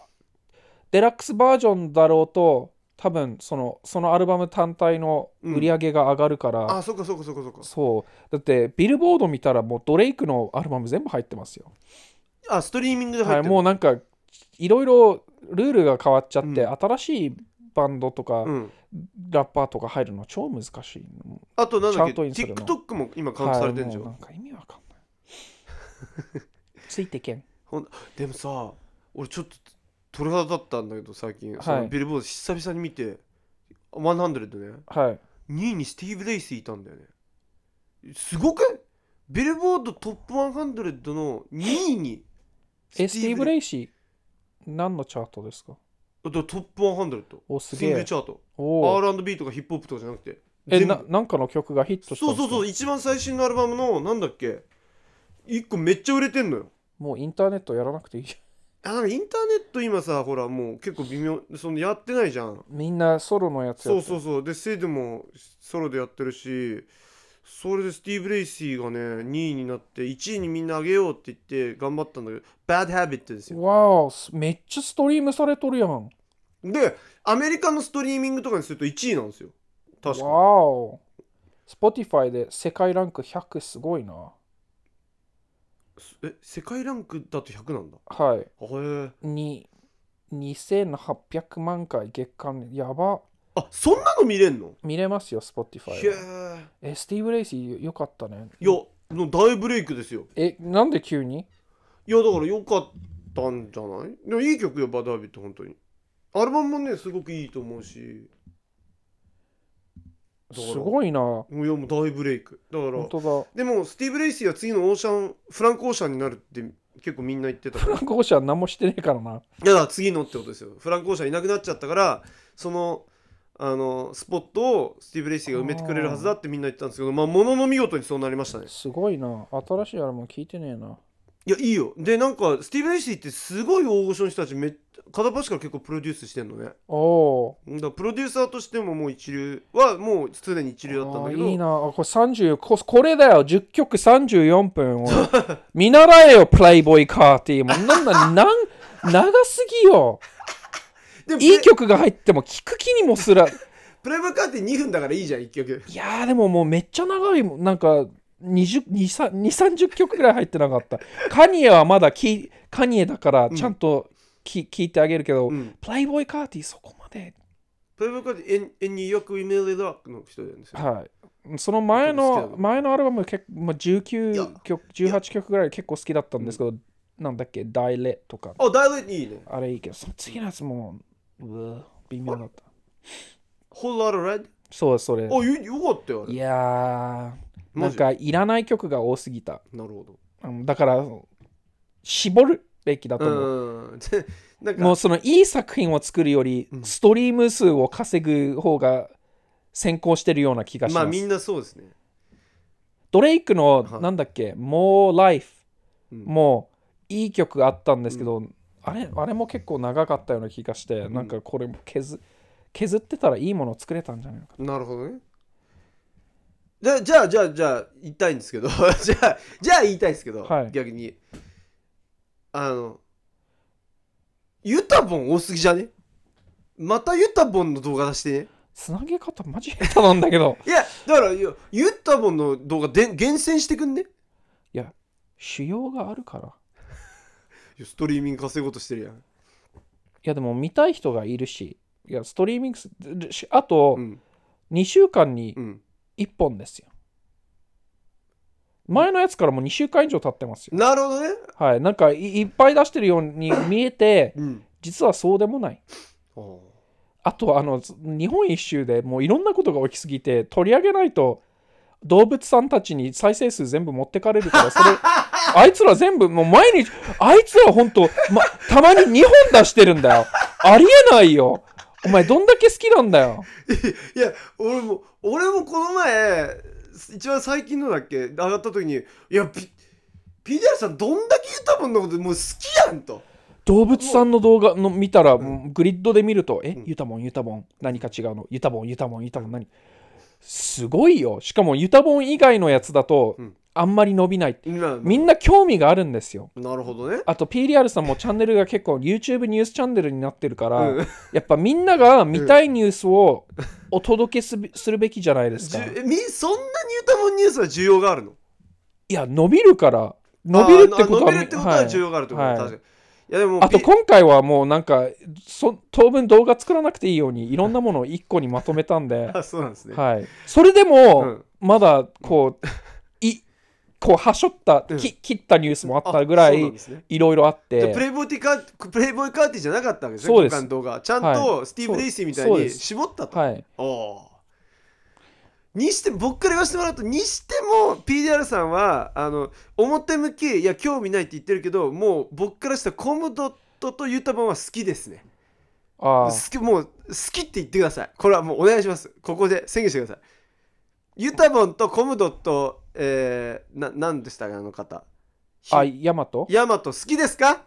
デラックスバージョンだろうと多分そのそのアルバム単体の売り上げが上がるから、
あそっかそっかそっかそっか
そうだってビルボード見たらもうドレイクのアルバム全部入ってますよ
あストリーミングで入
は
っ
い、
て
もうなんかいろいろルールが変わっちゃって、
う
新しいバンドとか、
う、うん、
ラッパーとか入るの超難しいの。
あとなんだっけ
チャートインするの
TikTok も今カウントされてんじゃん、
はいもうなんか意味わかんない。 ついてけん。
でもさ俺ちょっと鳥肌だったんだけど最近、そのビルボード久々に見て100ね
はい。
2位にスティーブ・レイスいたんだよねすごくないビルボードトップ100の2位に
え、スティーブ・
イ
レイシー、何のチャートですか
ストップ100
お、す
シ
げ
ングル
え
チ。ャート
おー
R&B とかヒップホップとかじゃなくて
え
全部
な、なんかの曲がヒットしたん
そ
で
う
すか
そうそう一番最新のアルバムのなんだっけ一個めっちゃ売れてんのよ
もうインターネットやらなくていいじ ゃ
あなんかインターネット今さほらもう結構微妙そのやってないじゃん
ん。みんなソロのやつや
そう
って
そうそうでセイでもソロでやってるしそれでスティーブ・レイシーがね2位になって1位にみんなあげようって言って頑張ったんだけど Bad Habit ですよ
わーめっちゃストリームされとるやん。わ
でアメリカのストリーミングとかにすると1位なんですよ確か
ースポティファイで世界ランク100すごいな。
え世界ランクだと100なんだ
はい。
あへえ
に2800万回月間やば
あそんなの見れんの
見れますよ
へ
Spotify は
え
えスティーブ・レイシーよかったね
いやの大ブレイクですよ
えなんで急に
いやだからよかったんじゃないでもいい曲よバダービーって本当にアルバムもねすごくいいと思うしだから
すごいな本
もういやもう大ブレイクだから
当
でもスティーブ・レイシーは次のオーシャンフランク・オーシャンになるって結構みんな言ってたか
だ
らい
フランシャ何もしてねえからな
やだから次のってことですよフランク・オーシャンいなくなっちゃったからそのあのスポットをスティーブ・レイシーが埋めてくれるはずだってみんな言ってたんですけどまあものの見事にそうなりましたね
すごいな新しいアルバム聞いてねえない
やいいよでなんかスティーブ・レイシーってすごい大御所の人たちめっ片っ端から結構プロデュースしてんのね
おお
だからプロデューサーとしてももう一流はもう常に一流だったんだけど
いいなあこれ30ここれだよ10曲34分を見習えよプレイボーイカーティーもうなんだなん長すぎよ
でも
いい曲が入っても聞く気にもすら
プレブカーって2分だからいいじゃん1曲
いやーでももうめっちゃ長いもんなんか2030曲ぐらい入ってなかったカニエはまだきカニエだからちゃんとき、聞いてあげるけど、
うん
プレイボーイカーティーそこまで
プレブカーって「In New York We Made It Rock」の人なんですよ
はい、その前
本当に好きだ
の
ね
前のアルバム結構、まあ、
いや
19曲18曲ぐらい結構好きだったんですけど、なんだっけ「ダイレ」とか
あダイレイいいね
あれいいけどその次のやつもううわ微妙だった
「Whole Lot of Red
そうそれ」
あよよかったよあれ
いやーな
マ
ん
ジ
かいらない曲が多すぎた
なるほど
うんだから絞るべきだと思う、
うんでなん
も
か
うそのいい作品を作るより、
ん
ストリーム数を稼ぐ方が先行してるような気がし
ま
ま
あ
す、
みんなそうですね
ドレイクの、
はい
なんだっけ、More Life
うん
もいい曲あったんですけど、あれあれも結構長かったような気がして、
ん
なんかこれも削削ってたらいいものを作れたんじゃないのか。
なるほどねじゃあじゃあじゃあじゃあ言いたいんですけど じゃあじゃあ言いたいんですけど、
はい
逆にあのユタボン多すぎじゃねまたユタボンの動画出してね
つなげ方マジ下手なんだけ ど
いやだからいやユタボンの動画で厳選してくんね
いや主要があるからい
いやストリーミング稼ごうとしてるやん、
やでも見たい人がいるしいやストリーミングすでしあと
うん
2週間に
うん、
1本ですよ、前のやつからもう2週間以上経ってますよ
なるほどね
はいなんかいいっぱい出してるように見えて
うん
実はそうでもない
あー
あとあのつ日本一周でもういろんなことが起きすぎて取り上げないと動物さんたちに再生数全部持ってかれるからそれあいつら全部もう毎日あいつら本当またまに2本出してるんだよありえないよお前どんだけ好きなんだよ
いや俺も俺もこの前一番最近のだっけ上がった時にいやピ PDR さんどんだけユタボンのこともう好きやんと
動物さんの動画の見たらもうグリッドで見るとえユタボンユタボン何か違うのユタボンユタボンユタボン何すごいよしかもユタボン以外のやつだと
うん
あんまり伸びない
な
みんな興味があるんですよ
なるほどね
あと PDR さんもチャンネルが結構 YouTube ニュースチャンネルになってるから、
うん
やっぱみんなが見たいニュースをお届けすべするべきじゃないです
じ
か。
ゅ
い
えみそんなにユタボンニュースは需要があるの
や伸びるから伸びるってこと
あ伸
は
びるってことは需
い
要があるってこと
はい
確かにいやでも
あと
ピ
今回はもうなんかそ当分動画作らなくていいようにいろんなものを1個にまとめたん で、
あそうなんですね
はい、それで
う
も
ん
まだこういこうはしょった、
うん
き切ったニュースもあったぐら
あそうなん
い
ですね
いろいろあっ
じゃあ
て
プレイボーティカープレイボーイカーティーじゃなかったわけですね
そうです
今回の動画ちゃん
は
とスティーブ・レイシーみたい
そう
に
です
絞ったと、
はい、
おおーにして僕から言わせてもらうとにしても PDR さんはあの表向きいや興味ないって言ってるけどもう僕からしたらコムドットとユタボンは好きですね
あ
好
ー
きもう好きって言ってくださいこれはもうお願いしますここで宣言してくださいユタボンとコムドットえー、な何でしたかあの方
あ
ひ
ヤマト
ヤマト好きですか
い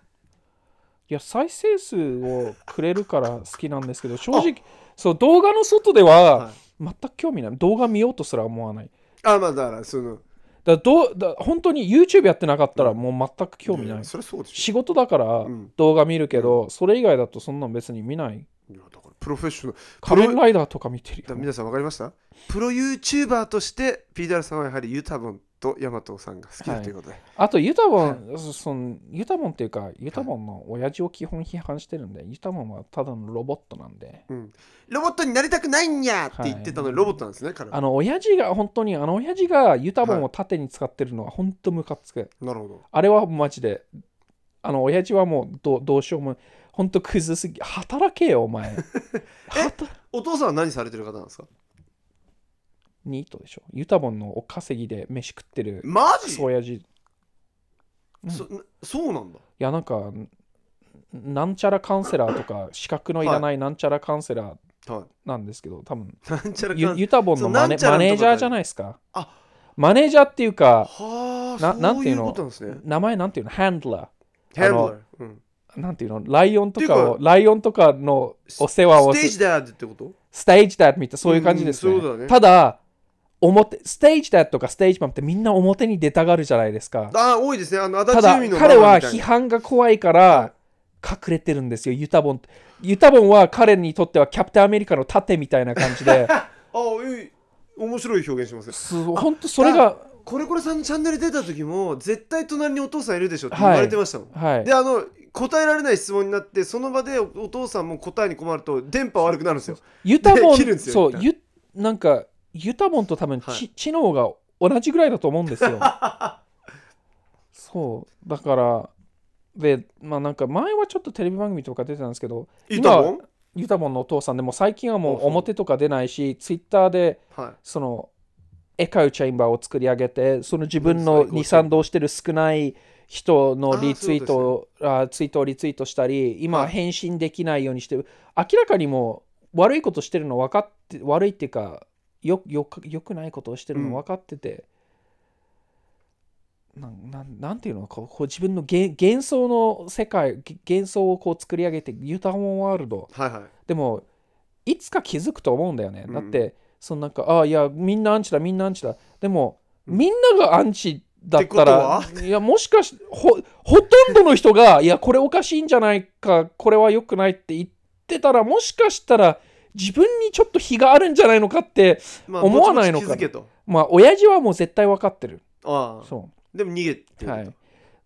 や再生数をくれるから好きなんですけど正直そう動画の外では
はい
全く興味ない動画見ようとすら思わない
あまあだからその
だどうだ本当に YouTube やってなかったらもう全く興味ない
やそれそうでし
仕事だから
うん
動画見るけど、それ以外だとそんなん別に見ない
ょいやだからプロフェッショナルプロ
仮面ライダーとか見てる
だ
よ
皆さん分かりましたプロ YouTuber として PDR さんはやはりユタボンとヤマトさんが好きだということで、
あとユタボン、そそのユタボンっていうかユタボンの親父を基本批判してるんでユタボンはただのロボットなんで
うん、ロボットになりたくないんやって言ってたのに、
は
ロ
い
ボットなんですね彼は
あの親父が本当にあの親父がユタボンを縦に使ってるのは本当ムカつく、
なるほど
あれはマジであの親父はもうどうどうしようも本当クズすぎ働けよ お前はた
お父さんは何されてる方なんですか
ニートでしょユタボンのお稼ぎで飯食ってる
マ
ク
ジ
ソ親父いうん
そなそうなんだ
やなんかんなんちゃらカウンセラーとか資格のいらないなんちゃらカウンセラー
は
なんですけど多分
いなんちゃら
ゆ
かん
ユタボンのマネ
そうなんちゃらのとこ
マネージャーじゃないですか
あ
マネージャーっていうか
はあ
な
そ
なん
う
てい
いうう
の
ことなんですね
名前なんていうのハンドラ
ヘンド
あ
ラー、うん、
ーなんていうのライオンとか
っ
を
て
ライオンとかのお世話を
ス
す
テージだってこと
ステージダッドみたいなそういう感じですね。
うんそうだね
ただ表、ステージダッドとかステージマンってみんな表に出たがるじゃないですか。
ああ多いですねあの足
た
立
だ
由美の
彼
ママ
は
みたい
批
な
判が怖いから隠れてるんですよ、ユタボン。ユタボンは彼にとってはキャプテンアメリカの盾みたいな感じで、
ああいい面白い表現し ますね
す本当それが、
これこれさんのチャンネル出た時も絶対隣にお父さんいるでしょって言われてましたもん、
はい
で、あの答えられない質問になってその場でおお父さんも答えに困ると電波悪くなるんですよ
ユタボ
で切るん
ン、
ですよ
そう
一、旦
ゆなんか、ユタボンと多分ち、
はい
知能が同じぐらいだと思うんです よ。そう、だから、で、まあなんか前はちょっとテレビ番組とか出てたんですけど、
いたもん
ユタボンのお父さんでもう最近はも
そう
う
そう
表とか出ないし、ツイッターで
は
そのエカウチェンバーを作り上げて、その自分
う
の
ん最高
に賛同してる少ない人のリツイートを、あツイートをリツイートしたり、今
はい
返信できないようにしてる、明らかにもう悪いことしてるの分かって、悪いっていうか、よよくよくないことをしてるの分かってて、なんなんなんていうのこうこう自分の幻幻想の世界げ幻想をこう作り上げてユタボンワールド
いはいはい
でもいつか気づくと思うんだよね、
うん
だってそのなんかああいやみんなアンチだみんなアンチだでも、
うん
みんながアンチだったら
っ
いやもしかしほほとんどの人がいやこれおかしいんじゃないかこれは良くないって言ってたらもしかしたら自分にちょっと非があるんじゃないのかって
ま
思わないのか
ぼちぼち気づけと
まあ親父はもう絶対分かってる
ああ
そ
でも逃げて
う
ると
はい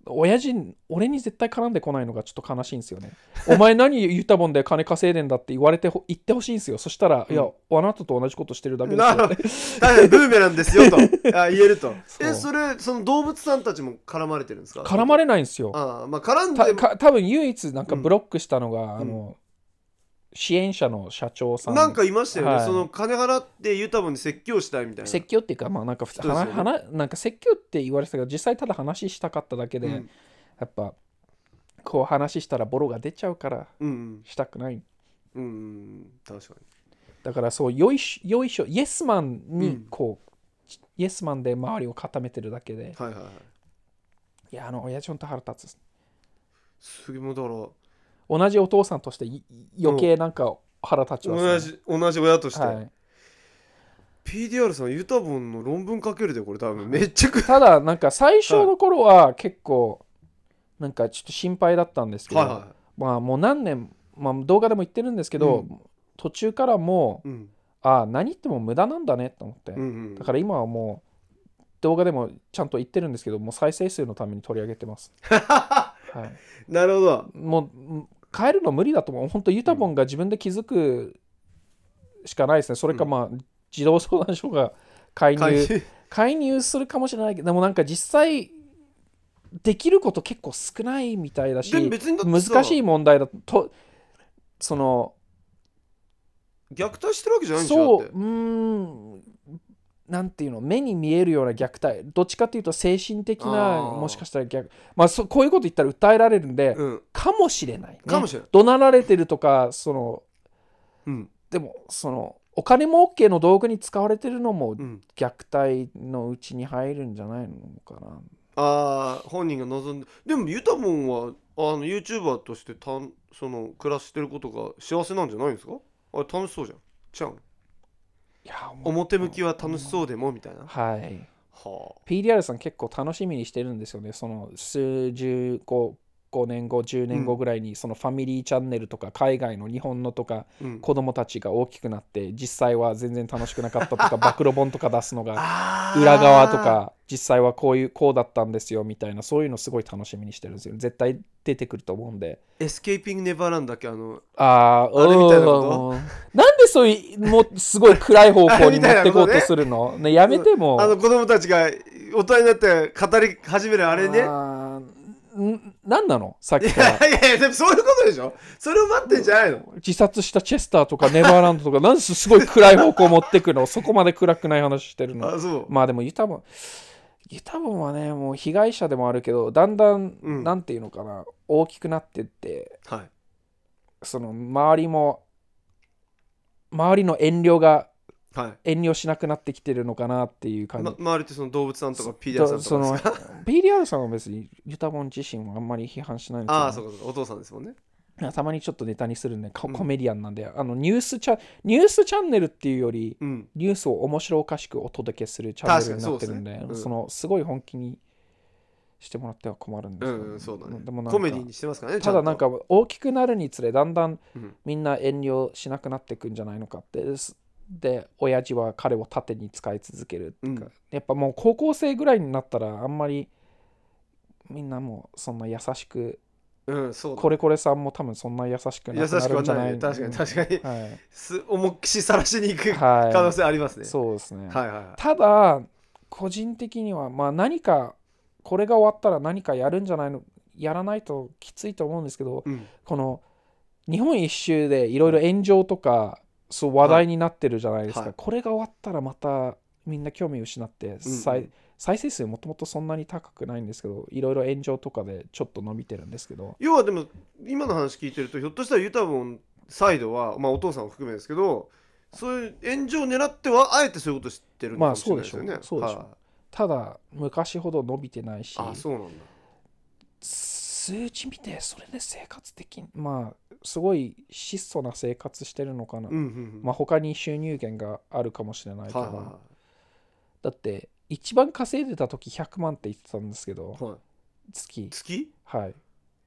親父俺に絶対絡んでこないのがちょっと悲しいんですよねお前何言ったもんで金稼いでんだって言われてほ言ってほしいんですよそしたら、
うん
いやあなたと同じことしてるだけです
な
よ
るほど大変ブーメランです よとあ言えると
そう
えそれその動物さんたちも絡まれてるんですか
絡まれないんですよ。
ああまあ絡ん
た
でも
か多分唯一なんか
うん
ブロックしたのが、あ
う
の支援者の社長さん。
なんかいましたよね、
はい
その金払ってユタボンに説教したいみたいな
説教っていうか、まあなんか普通、
そうですよね
はなはななんか説教って言われてたけど、実際ただ話したかっただけで、
うん
やっぱこう話したらボロが出ちゃうから
うん
したくない。
うんうん確か
だからそう、よいしよいしょ、イエスマン
う
に
ん
こう、イエスマンで周りを固めてるだけで、
にはいはいはい
いや、あの、親父ほんと腹立つです。
すげえもうだから
同じお父さんとしてい余計なんか腹立ちますね、
同じ同じ親として、
はい
PDR さんユタボンの論文書けるでこれ多分めっちゃく
ただなんか最初の頃は結構なんかちょっと心配だったんですけど、
はいは
まあもう何年、まあ、動画でも言ってるんですけど、
う
途中からも
い、うん
うああ何言っても無駄なんだねと思って、
うんうん、
だから今はもう動画でもちゃんと言ってるんですけどもう再生数のために取り上げてます、はい、
なるほど
もうん変えるの無理だと思う本当ユタボンが自分で気づくしかないですねそれか
うん
まあ児童相談所が介入
感じ
介入するかもしれないけどでもなんか実際できること結構少ないみたいだし
でも別にだってさ
難しい問題だとその
虐待してるわけじゃないんでしょ
そう
だ
う
って
ーんなんていうの目に見えるような虐待どっちかっていうと精神的な
あー
もしかしたら虐まあそこういうこと言ったら訴えられるんで、
うん
かもしれない、ね
かもしれない
怒鳴られてるとかその
うん
でもそのお金も OK の道具に使われてるのも
うん
虐待のうちに入るんじゃないのかな、
ああ本人が望んででもユタボンはあの YouTuber としてたんその暮らしてることが幸せなんじゃないんですかあれ楽しそうじゃんちゃうん
いや思っ
表向きは楽しそうでもみたいなは
はい。
あ
PDR さん結構楽しみにしてるんですよね。その数十個5年後10年後ぐらいにそのファミリーチャンネルとか海外の日本のとか
うん
子供たちが大きくなって実際は全然楽しくなかった とか暴露本とか出すのが
あー
裏側とか実際はこういうこうだったんですよみたいなそういうのすごい楽しみにしてるんですよ絶対出てくると思うんで
エスケーピングネバーランドだっけあの
あー
あれみたいなこと
うんなんでそういうもうすごい暗い方向
あれ
に持ってこう
みたいなことね
とするの、ね、やめても
あの子供たちが大人になって語り始めるあれね
あーん何なのさっ
い
きから
や いやいやでもそういうことでしょそれを待ってんじゃないの
自殺したチェスターとかネバーランドとかなんですごい暗い方向持ってくのそこまで暗くない話してるの
あそう
まあでもユタボンユタボンはねもう被害者でもあるけどだんだん、
うん
なんていうのかな大きくなってって
はい
その周りも周りの遠慮が
はい
遠慮しなくなってきてるのかなっていう感じ
ま、周りってその動物さんとか PDR さんとかですか
その PDR さんは別にユタボン自身はあんまり批判しないんですよね
ああそうかそうかお父さんですもんね
たまにちょっとネタにするんでコ
うん
コメディアンなんで、あのニュースチャニュースチャンネルっていうより
うん
ニュースを面白おかしくお届けするチャンネルになってるんで
確かにそうですねうん
そのすごい本気にしてもらっては困るんで
う
すよ
んうんそうだね
でもなんか
コメディにしてますからねちゃ
た
んと
だなんか大きくなるにつれだんだん
うん
みんな遠慮しなくなっていくんじゃないのかってですで親父は彼を盾に使い続けるっていうか、
うん
やっぱもう高校生ぐらいになったらあんまりみんなもうそんな優しく
うんそうだ
これこれさんも多分そんな優しくなくなるんじゃない
優しくはないね確かに確
かに。はい
す重くしさらしに行く
はい
可能性ありますね
そうですね。
はいはいはい
ただ、個人的には、まあ何か、これが終わったら何かやるんじゃないの、やらないときついと思うんですけど、
うん
この日本一周でいろいろ炎上とか、そう話題になってるじゃないですか。
はい
これが終わったらまたみんな興味失って、再
うん
再生数もともとそんなに高くないんですけど、いろいろ炎上とかでちょっと伸びてるんですけど、
要はでも今の話聞いてるとひょっとしたらユタボンサイドはまあお父さんを含めですけどそういう炎上を狙ってはあえてそういうことしてるのかもしれないですよね、
まあそうでしょうただ昔ほど伸びてないし、
はいあそうなんだ
数字見てそれで生活的にまあすごい質素な生活してるのかな、
うんうんうん
まあ他に収入源があるかもしれないけど、
はいは
だって一番稼いでた時100万って言ってたんですけど
いはい
月
月
はい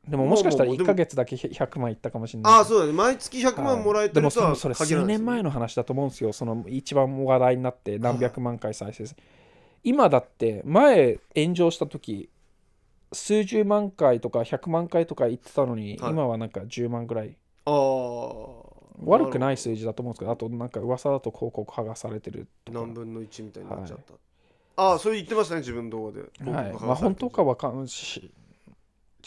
でももしかしたら
まあまあまあでも
1ヶ月だけ100万いったかもしれない
ああそうだね毎月100
は
万
い
もらえてると
でも
は
それ
限らな
数
いですよね
年前の話だと思うんですよその一番話題になって何百万回再生する今だって前炎上した時数十万回とか100万回とか言ってたのに、
はい
今はなんか10万ぐらい
ああ
悪くない
す
数字だと思うんですけどあとなんか噂だと広告剥がされてるとか
何分の1みたいになっちゃった、ああそれ言ってましたね自分の動画で
はいまあ本当か
は
わかんし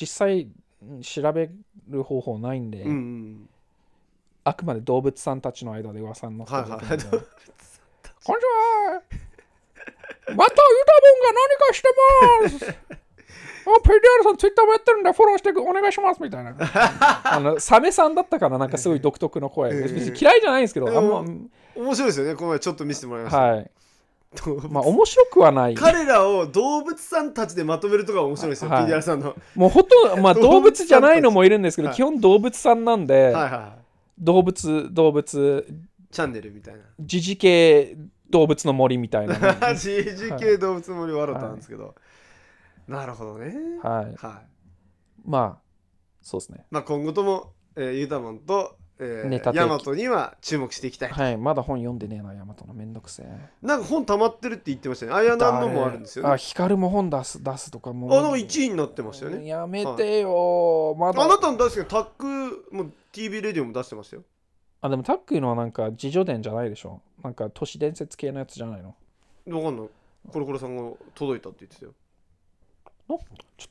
実際うん調べる方法ないんで、
うんうん
あくまで動物さんたちの間で噂になっただけなんで
はいはい
こんにちはまたユタボンが何かしてますあ、PDR さんツイッターもやってるんでフォローしてくお願いしますみたいな。 あの、サメさんだったからなんかすごい独特の声。
ええ
別に嫌いじゃないんですけ ど、
ええ
あんま、
面白いですよねこの前ちょっと見せてもらいま した、
はい。
動物
まあ面白くはない。
彼らを動物さんたちでまとめるとか面白いですよ、
はい
PDR さんの。は
もうほとんど、まあ動物じゃないのもいるんですけど、
はい
基本動物さんなん
い
で、
はいは
動物、動物、
い。チャンネルみたいな。
時事系動物の森みたいな。 は
CGK 動物森笑ったんですけど。なるほどね。
い。
はい。
まあ、そうですね。
まあ今後とも、えー、ユタモンと、え
ネタ
ー、
的
ヤマトには注目していきたい。
はい、まだ本読んでねえな、ヤマトのめんどくせえ。
なんか本溜まってるって言ってましたね。あやなんのもあるんですよね。
あ、
あ、
ヒカルも本出す出すとかもう。
なんか1位になってましたよね。
やめてよ、まだ。
あなたの大好きなタックも TV レディオも出してましたよ。
あ、でもタックいうのはなんか自叙伝じゃないでしょ。なんか都市伝説系のやつじゃないの。
わかんない。コロコロさんが届いたって言ってたよ。
ちょ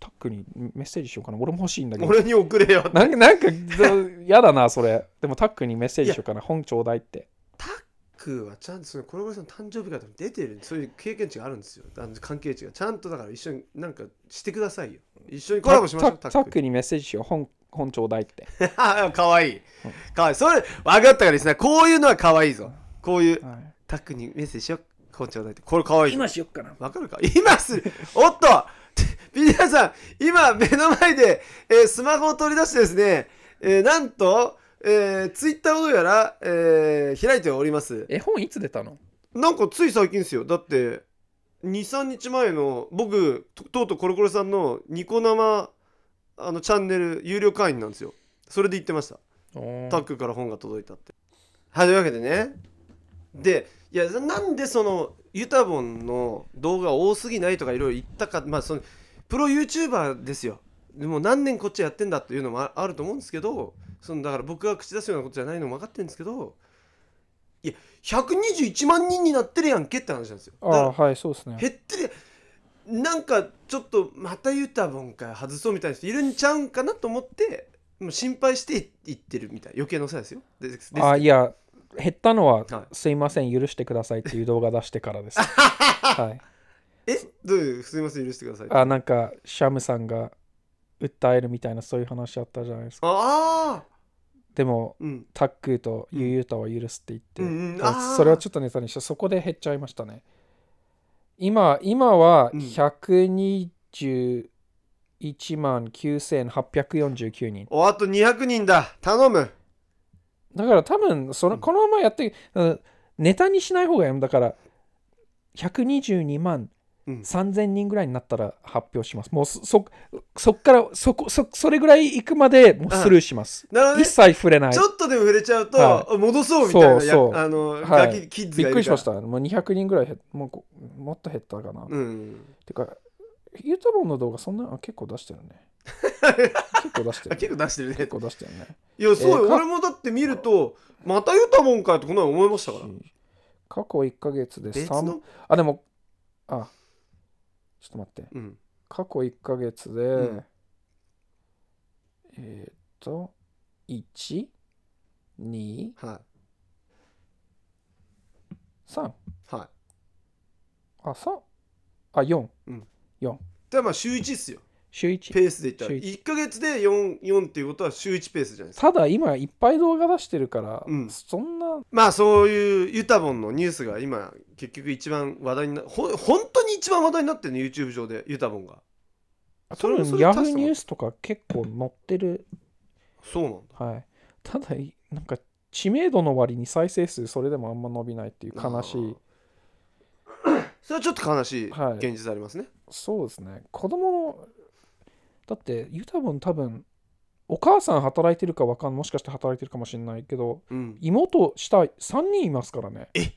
タックにメッセージしようかな。俺も欲しいんだけど。
俺に送れよって。
なんか、なんか、ずやだな、それ。でもタックにメッセージしようかな。本ちょうだいって。
タックはちゃんとそのコロコロさんの誕生日から出てるそういう経験値があるんですよあの関係値がちゃんとだから一緒になんかしてくださいよ一緒にコラボしましょう
タ
タ
ッタ
ッ
ッ
ク
クにメッセージしよう。本本ちょうだいって。
かわいいかわいいそれ分かったからですねこういうのはかわいいぞこういう
はい
タックにメッセージしようこちょうだいってこれかわいいぞ
しよっかな。
わかる か今するおっと 皆さん今目の前で、えースマホを取り出してですね、えーなんと、えー、ツイッターをどうやら、えー開いております
絵本いつ出たの
なんかつい最近ですよだって23日前の僕ととうとうコロコロさんのニコ生あのチャンネル有料会員なんですよそれで言ってました
うん
タックから本が届いたってはいというわけでねでいやなんでそのユタボンの動画多すぎないとかいろいろ言ったかまあそのプロ YouTuber ですよでも何年こっちやってんだっていうのもああると思うんですけどそのだから僕が口出すようなことじゃないのも分かってるんですけどいや121万人になってるやんけって話なんですよ
あ
だから
あはいそうですね
減ってるなんかちょっとまたユタボンか外そうみたいな人いるんちゃうんかなと思ってもう心配していってるみたい余計のせいですよでです
あいや減ったのは、
は
すいません許してくださいっていう動画出してからで すはい
えどういうすみません許してくださいあ
あなんかシャムさんが訴えるみたいなそういう話あったじゃないですか
あ
でも
ーうん
タックーとユーユータは許すって言って、
うんうん
で
あー
それはちょっとネタにしてそこで減っちゃいましたね今今は
うん
121万9849人、
おあと200人だ頼む
だから多分その
うん
このままやって、うんネタにしない方がいいだから122万
うん
3000人ぐらいになったら発表しますもうそそそっからそこそそれぐらい行くまでもうスルーします、
なるほどね
一切触れない
ちょっとでも触れちゃうと、
は
戻そうみたいなや
そうそう
あの、
はい
ガキキッズ
び
が
っ
いるから
くりしましたもう200人ぐらい減っもうこもっと減ったかな、
うん
てか、ゆうたぼんの動画そんなあ結構出してるね。 結構出して
あ
る、
結構出してるね
結構出してるね。
いやそうよ、
えーか
俺もだって見るとまたユタボンかってこの前思いましたから
過去1ヶ月で
別
3
の。
あ、でも、あ、ちょっと待って。
うん
過去1ヶ月で、
うん
えーっと、1、2、
は
3。
いはい
あ、3。あ、4。
でまあ週1っすよ
週1。
ペースでいったら
週一
1か月で 4, 4っていうことは週1ペースじゃないですか
ただ今いっぱい動画出してるから、
うん
そんな
まあそういうユタボンのニュースが今結局一番話題になほ本当に一番話題になってるね YouTube 上でユタボンが
多
それもそ
分
れ
ヤ
大
フ
したも
ー
ん
ニュースとか結構載ってる
そうなんだ
はい、ただいなんか知名度の割に再生数それでもあんま伸びないっていう悲しい
それはちょっと悲しい
はい
現実ありますね、
そうですね子供のだってユタボン多分お母さん働いてるかわかんもしかして働いてるかもしれないけど
うん
妹下3人いますからね
え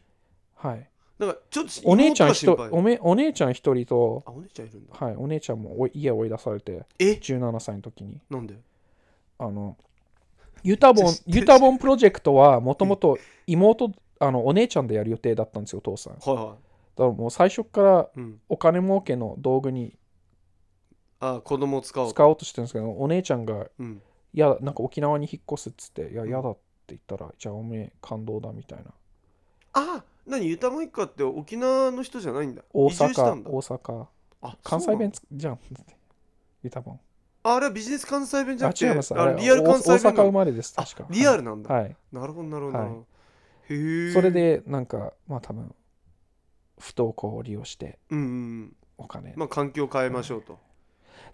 はい
だからちょっと
お姉ちゃん1人
妹が心配
おめお姉ちゃん一人と
あお姉ちゃんいるんだ
はいお姉ちゃんもおい家を追い出されて
え
17歳の時に
なんで
あのユタボン
知ってる
ユタボンプロジェクトはもともと妹あのお姉ちゃんでやる予定だったんですよお父さん
はいは
だからもう最初から
い、うん、
お金儲けの道具に
あ子供を使おう
使おうとしてるんですけどお姉ちゃんが
うん、
「いやなんか沖縄に引っ越す」っつって「いや嫌だ」って言ったら「じゃあおめえ感動だ」みたいな
あ何ユタボン一家って沖縄の人じゃないんだ
大
移住したん
阪
だ
大阪
あ
関
そうな
西
んだ
弁つじゃん ってユタボン
ああれはビジネス関西弁じゃ
あ
なくて
違いますあ
あ
れ
のリアル関西弁
大阪
な
生
んだ
まれです確か
あリア
ル
ルなんだ、
はい
なるほどなるほど、
はい
へえ
それ、でなんかまあ多分不登校を利用して
うんうん
お金
うん、まあ環境を変えましょうと、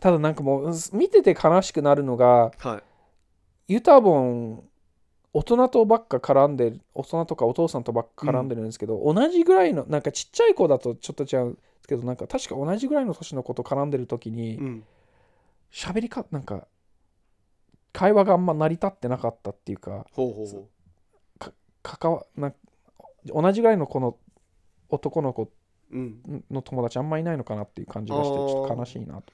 ただなんかもううん見てて悲しくなるのが
はい
ユタボン大人とばっか絡んでる大人とかお父さんとばっか絡んでるんですけど、同じぐらいのなんかちっちゃい子だとちょっと違うんですけどなんか確か同じぐらいの年の子と絡んでる時に
うん、
喋、りかなんか会話があんま成り立ってなかったっていうか
ほうほうほ
関わなん同じぐらいの子の男の子
う、うん
の友達あんまいないのかなっていう感じがしてち
あー
ょっと悲しいなと。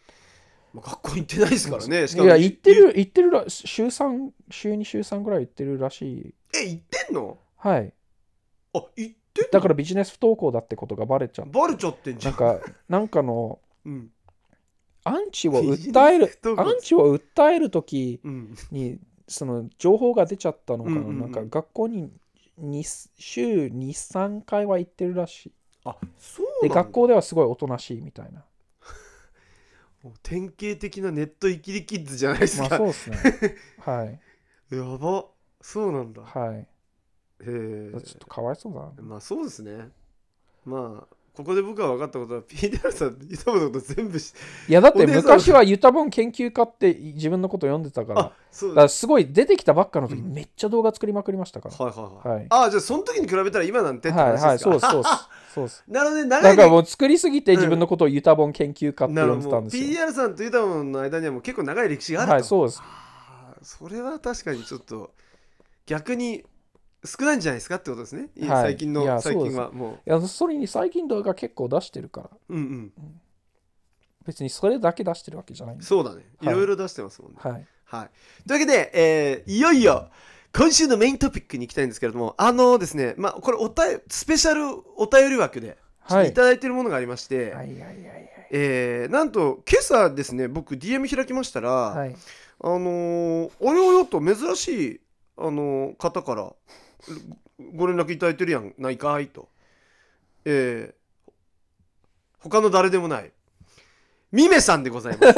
まあ、学校行ってないですからねしか
い
も
や行ってる行ってるら週3週2週3ぐらい行ってるらしい。
え行ってんの
はい
あ行ってんの
だからビジネス不登校だってことがバレちゃって
バレちゃってんじゃ
なん
ん
かなんかの
うん
アンチを訴え
ビジネス
る
不登
ア
校
ンチを訴える時
うん
にその情報が出ちゃったのかな,、
うんうんうん
なんか学校にに週23回は行ってるらしい
あそう
で
なんだ
学校ではすごいおとなしいみた いな
もう典型的なネットイキリキッズじゃないです
まあ
か、
そうですねはい
やばそうなんだへ
はい
え
ちょっとかわいそうだな
まあそうですねまあここで僕が分かったことはピーターさんユタボのこと全部知って
いやだって
お姉さん
昔はユタボン研究家って自分のこと読んでたからだ
あそう
か
だ
らすごい出てきたばっかの時
うん
めっちゃ動画作りまくりましたから、
はいはいはい、
はい
あじゃあその時に比べたら今なんてって
はい
話
はい
ですか
そうですそうですそうです
なるほどね長
だ
い
からもう作りすぎて自分のことをユタボン研究家って
なる
呼
ほ
ん
ど
で
も
た
うん
ですよ、
PR さんとユダモンの間にはもう結構長い歴史があると、
はいそうです
あーそれは確かにちょっと逆に少ないんじゃないですかってことですね、い
はい
最近
い
の
や
最近はも
いやそれに最近動画結構出してるから
ううん
別にそれだけ出してるわけじゃない
うん
んです
そうだねい
はい
ろいろ出してますもんね、
はい
はい、というわけで、えーいよいよ今週のメイントピックに行きたいんですけれどもあのですねまあこれおたよスペシャルお便り枠でちょっ
は
と
い
いただいてるものがありまして、
はいはいはいはい
えーなんと今朝ですね僕 DM 開きましたら、
はい
あのーおよおよと珍しい、あのー方からごご連絡いただいてるやんないかいと、えー他の誰でもないミメさんでございます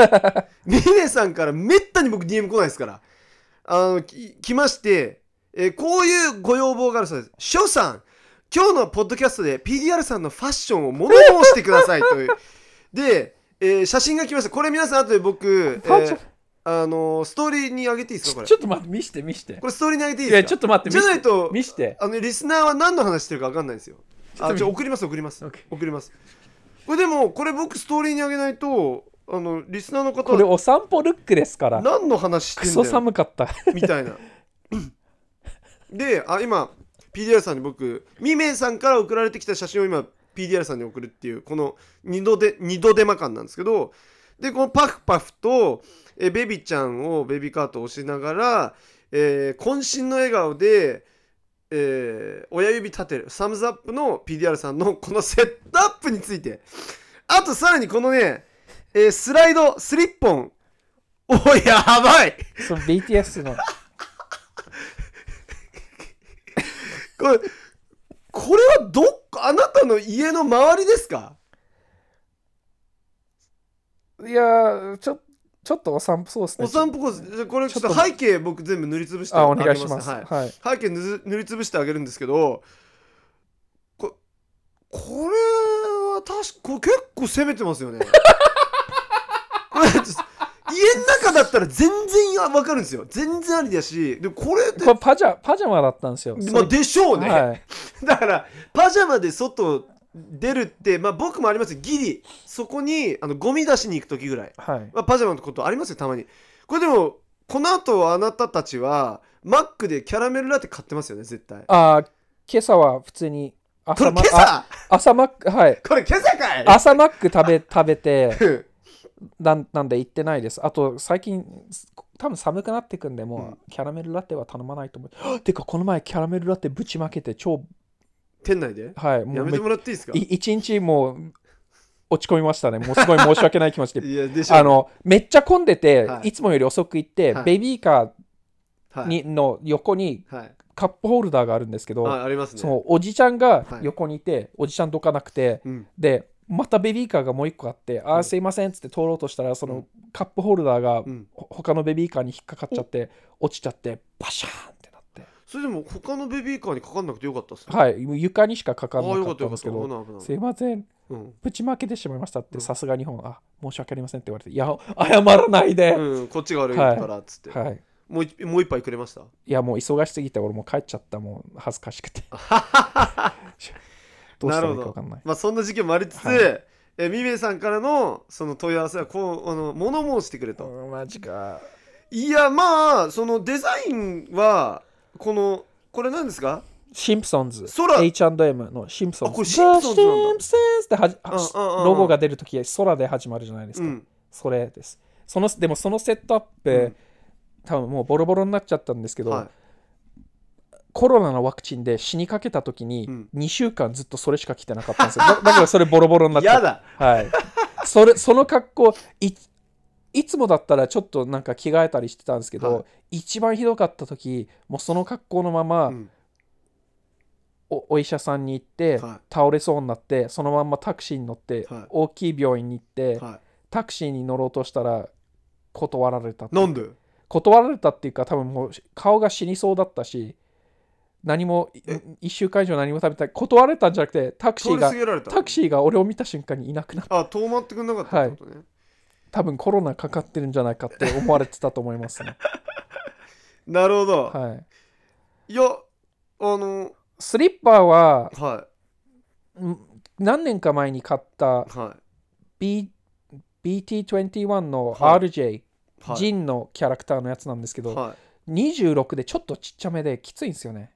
ミメさんからめったに僕 DM 来ないですからあのき来まして、えーこういうご要望があるそうですショさん今日のポッドキャストで PDR さんのファッションを物申してくださいというで、えー写真が来ましたこれ皆さん後で僕、え
パンチ
ーあのーストーリーに上げていいですかこ
ョ
れ
ちょっと待って見して見して
これストーリーに上げていい
い
ですか
やちょっと待って
じゃないと
見して
あのリスナーは何の話してるか分かんないんですよ
ょっ
あ
と見
じゃあ送ります送ります
オッケ
送りますこれでもこれ僕ストーリーに上げないとあのリスナーの方
これお散歩ルックですから
何の話して
ク
んだ
ソ
よ
寒かった
みたいな。であ今 PDR さんに僕ミメさんから送られてきた写真を今 PDR さんに送るっていうこの二度で二度手間感なんですけどでこのパフパフとえベビちゃんをベビーカートを押しながら、えー渾身の笑顔で、えー親指立てるサムズアップの PDR さんのこのセットアップについてあとさらにこのね、えースライドスリッポンおやばい
その BTS の
これ、これはどっか、あなたの家の周りですか
いやーちょちょっとお散歩そうですね
お散歩コース、これちょっ
ちょ
と
っと
背景僕全部塗りつぶして
あお願いしま
あ
す
げね
はい
はい、背景塗ず塗りつぶしてあげるんですけど、ここれは確か、これ結構攻めてますよね。 これちょっと家の中だったら全然わかるんですよ。全然ありだし、でこれって
こ、れパジャパジャマだったんですよ
まあ、でしょうね。
はい
だからパジャマで外出るって、まあ、僕もありますよギリそこにあのゴミ出しに行く時ぐらい、
はい
まあ、パジャマのことありますよたまにこれでもこの後あなたたちはマックでキャラメルラテ買ってますよね絶対
あー今朝は普通に
こ
朝
れ
マ
今
あ
朝
朝マックはい
これ今朝かい
朝マック食べ食べて
うん
なんなんで行ってないですあと最近多分寒くなってくんでもうキャラメルラテは頼まないと思う、 てかこの前キャラメルラテぶちまけて超
店内で
はいも
や
う
め
め
てもらっていいですか
い一日もう落ち込みましたねもうすごい申し訳ない気持ちで
いやでしょ
あのめっちゃ混んでて、
はい
い、つもより遅く行って、
はい
ベビーカ
は
ー
い
に、の横に
はい
カップホルダーがあるんですけど、
あありますね
そのおじちゃんが
はい
横にいて、おじちゃんどかなくて
うん
でまたベビーカーがもう一個あって、あ
う
ー
ん
すいませんっつって通ろうとしたらその、
うん
カップホルダーが、
うん、
ほ他のベビーカーに引っかかっちゃって落ちちゃってバシャーンってなって
それでも他のベビーカーにかかんなくてよかったっすね
はいもう床にしかか
あ
か
あ
んな
よ
か
かっ
っ
よ
たたん
かっ
です
た
け
危
ど
ない危ない
すいません
うん
ぶちまけてしまいましたって
うん
さすがに本あ申し訳ありませんって言われていや謝らないで、
うん、こっちが悪いからっつって、
はい
もう一もう一杯くれました
いやもう忙しすぎて俺もう帰っちゃったもう恥ずかしく てどうしたらいいか分かんない
まあ、そんな事件もありつつ、
はい
えーミメさんからのその問い合わせはこうあの物申してくれと、
うんマジか
いやまあそのデザインはこのこれ何ですか
シンプソンズ
空
H&M のシンプソンズ
あこれシンプソンズなんだ
The Simpsons ってはじは
うんうんうんうん
ロゴが出るとき空で始まるじゃないです
う
か、
ん
それですそのでもそのセットアップ、
うん
多分もうボロボロになっちゃったんですけど、
は
コロナのワクチンで死にかけたときに
うん
2週間ずっとそれしか着てなかったん ですよ、だだからそれボロボロになっ
い、
ちゃった
やだ
はい、それその格好いいつもだったらちょっとなんか着替えたりしてたんですけど、
は
一番ひどかった時もうその格好のまま、
うん
おお医者さんに行って、
は
倒れそうになってそのまんまタクシーに乗って、
はい
大きい病院に行って、
は
タクシーに乗ろうとしたら断られた
い、なんで
断られたっていうか多分もう顔が死にそうだったし何もい
え
1週間以上何も食べたい断られたんじゃなくてタクシ
通
ー
り
が
過ぎられた
タクシーが俺を見た瞬間にいなくなった
あ遠回ってくんなかったってことね、
多分コロナかかってるんじゃないかって思われてたと思いま すね
なるほど、
はい
い、やあの
スリッパは
は
ん何年か前に買った
いは
B BT21 の
はい
RJ、
いはい
ジンのキャラクターのやつなんですけど、
はい
26でちょっとちっちゃめできついんですよね。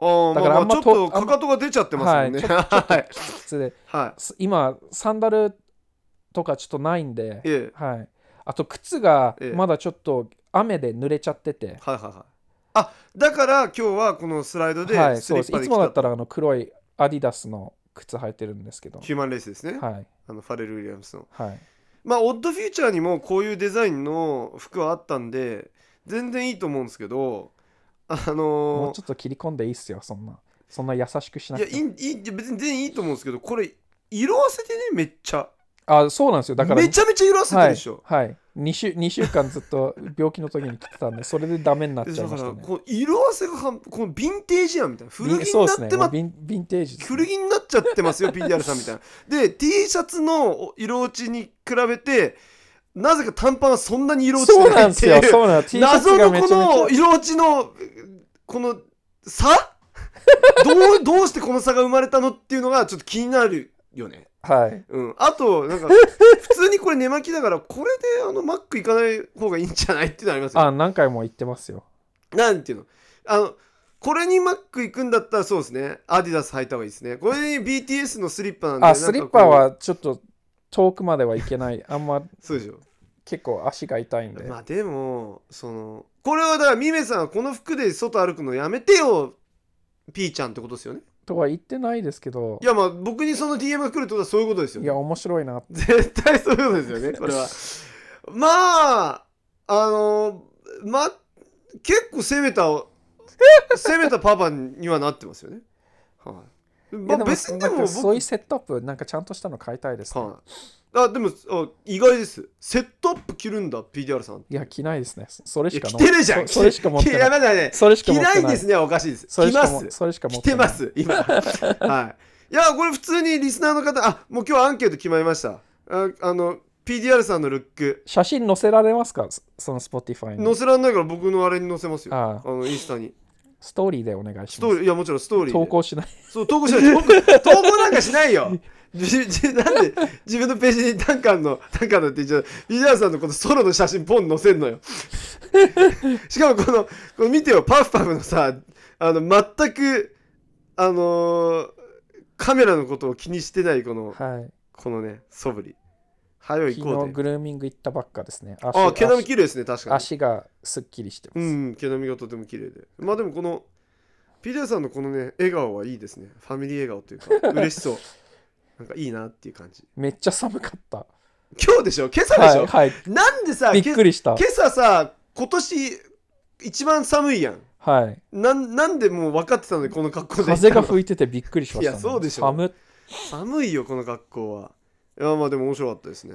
あー
だから
まあ
あん
ま
ま
あちょっと
と
か
あんま
かとが出ちゃってますもんねはい
きつで
は
す今サンダルとかちょっとないんで
い、ええ
はい、あと靴が
ええ
まだちょっと雨で濡れちゃってて、
はいはいはいあだから今日はこのスライドで
はい、
ス
そう
リッ
です
パ
い
で来
つもだ
た
ったらあの黒いアディダスの靴履いてるんですけど、
ヒューマンレースですね、
はい
あのファレル・ウィリアムスの
はい、
まあオッドフューチャーにもこういうデザインの服はあったんで全然いいと思うんですけどあ
もう
の
ちょっと切り込んでいいっすよ、そんな。そんな優しくし
ー
ない
や
く
い
ても。
いいいいや別に全然いいと思うんですけどこれ色あせてねめっちゃ
あ、そうなんですよ。だから、
めちゃめちゃ色あせてるでしょ、
はい、はい2週。2週間ずっと病気の時に来てたんで、それでダメになっ
で
ちゃい
だ か
まし
ら
たね。
この色あせが半このヴィンテージやんみたいな古着
そ
にな
うで
っ
すね
てま
もうヴィンヴィンテージですね
古着になっちゃってますよ PDR さんみたいなで T シャツの色落ちに比べてなぜか短パンはそんなに色落ち
そ
て
うな
ない
んで
っ
す
てい
よ。
う
そうなんです。T シャツ
謎
が
の
め
こ
ちゃめ
の
ち
色落ちのこの差どう どうしてこの差が生まれたのっていうのがちょっと気になるよね
ゃ。はい。
うん、あと なんか普通にこれ寝巻きだからこれであのマック行かない方がいいんじゃないっていうのありますよ
あ、何回も言ってますよ。
なんていうのあのこれにマック行くんだったらそうですねアディダス履いた方がいいですねこれに BTS のスリッパなんで
あ、
なんかこ
ス
う
リッパはちょっと遠くまではいけない。あんま
そうでしょ
結構足が痛いんで。
まあでもそのこれはだからミメさんはこの服で外歩くのやめてよピーちゃんってことですよね
とは言ってないですけど
い、やまあ僕にその DM が来るってことはそういうことですよ
い
ね
や、面白いな。
絶対そういうことですよ ねこれはまああのま結構攻めた攻めたパパにはなってますよねはい、
い
ま
や
あ、
でも
別にで
なん
も
かそう
僕
いうセットアップ、なんかちゃんとしたの買いたいです、ね
はい、あでもあ意外ですセットアップ着るんだ PDR さん
いや、着ないですね。それ
い
し
や
か
着
の
てるじゃん
そそれしか持っ て
いや
ない。
まだね
それしか
着
持って
な
ないい。
んですねはおかしいです
それ
着
しか
ま
も
す
それしか持
来
っ
て
てない。
ます、 今。はい。いや、これ普通にリスナーの方、あ、もう今日アンケート決まりました。ああの、PDR さんのルック、
写真載せられますかそその Spotify
載
に。
せられないから僕のあれに載せますよ。
ああ
あの、インスタに。
ストーリーでお願い
ス
し
トー
ま
リ
す。
ー、いや、もちろんストーリーで。
投稿しない。
そう、投稿しない。投稿投稿なんかしないよ。じじなんで自分のページにダンカンの、ダンカンのって言っちゃう、PDR さんのこのソロの写真ポン載せんのよ。しかもこの、この見てよ、パフパフのさ、あの、全く、あのーカメラのことを気にしてないこの
はい。
このね、素振り。はよ行こ
昨
う
日
で。
グルーミング行ったばっかですね。足
ああ、毛並み
足
綺麗ですね、確かに。
足がすっきりして
う
ます。
ん、毛並みがとても綺麗で。まあでもこの、ピデアさんのこのね、笑顔はいいですね。ファミリー笑顔という か、嬉しそう。なんかいいなっていう感じ。
めっちゃ寒かった。
今日でしょ今朝でし
は
ょ、
い、はい。
なんでさ、
びっくりした
け。今朝さ、今年一番寒いやん。
はい。
なんなんでもう分かってたので、この格好で。
風が吹いててびっくりしました、ね。
いやそうでしょ
寒っ
寒いよ、この格好は。いや、まあでも面白かったですね。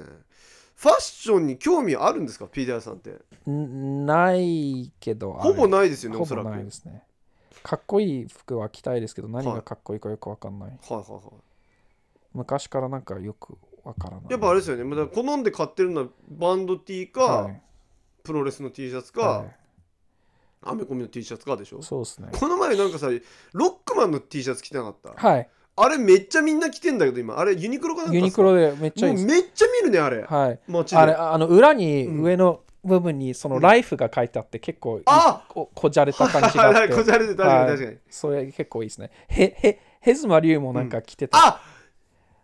ファッションに興味あるんですか、ピデアさんって。
んないけど。あ
ほ
れ
ぼないですよね、
ほ
おそら
ぼ
く。
ないですね。かっこいい服は着たいですけど、何がかっこいいかよくわかんない。
はいはいは
昔からなんかよくわからない。
い。やっぱあれですよね、まあだから好んで買ってるのはバンド T か、
はい
プロレスの T シャツか、
はい
アメコミの T シャツかでしょ。
そうですね。
この前なんかさ、ロックマンの T シャツ着てなかった。
はい。
あれめっちゃみんな着てんだけど今、あれユニクロかなんか
ユニクロでめっちゃいい
も
で
う
す。
めっちゃ見るね、あれ。
はい。
街で。
あれ、あの裏に
うん
上の部分にそのライフが書いてあって結構いい
あ
ここじゃれた感じが
は
あ
い
っ
こ
て。
じゃれて確かに確かに。
はいそれ結構いいですね。へ、へ、ヘズマリュウもなんか着てた。
あ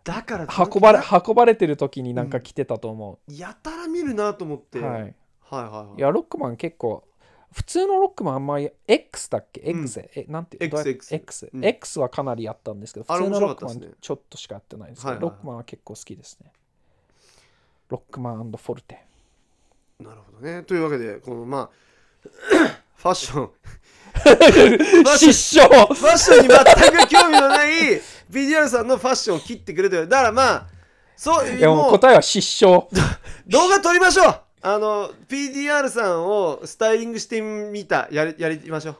だから
運ばれ、運ばれてる時になんか着てたと思
やたら見るなと思って。
う。
はい、
は
はい
い。
はい
いや、ロックマン結構、普通のロックマンあんまり X だっけ
うん
?X、え、なんてどうや
XX
X
う。ん
X はかなりやったんですけど、
あ
普
れ
通のロックマ
面白かったです
ン
ね
ちょっとしかやってないですけ
は
ど、
いはい
ロッ
はい
クマンは結構好きですね。ロックマンフォルテ。
なるほどね。というわけで、このまあ、 ファッション。
失笑
ファッションに全く興味のない BDR さんのファッションを切ってくれてる。だからまあ、そう、
いやもう
もう
答えは失笑。
動画撮りましょうあの、PDR さんをスタイリングしてみた、やり、やりましょう。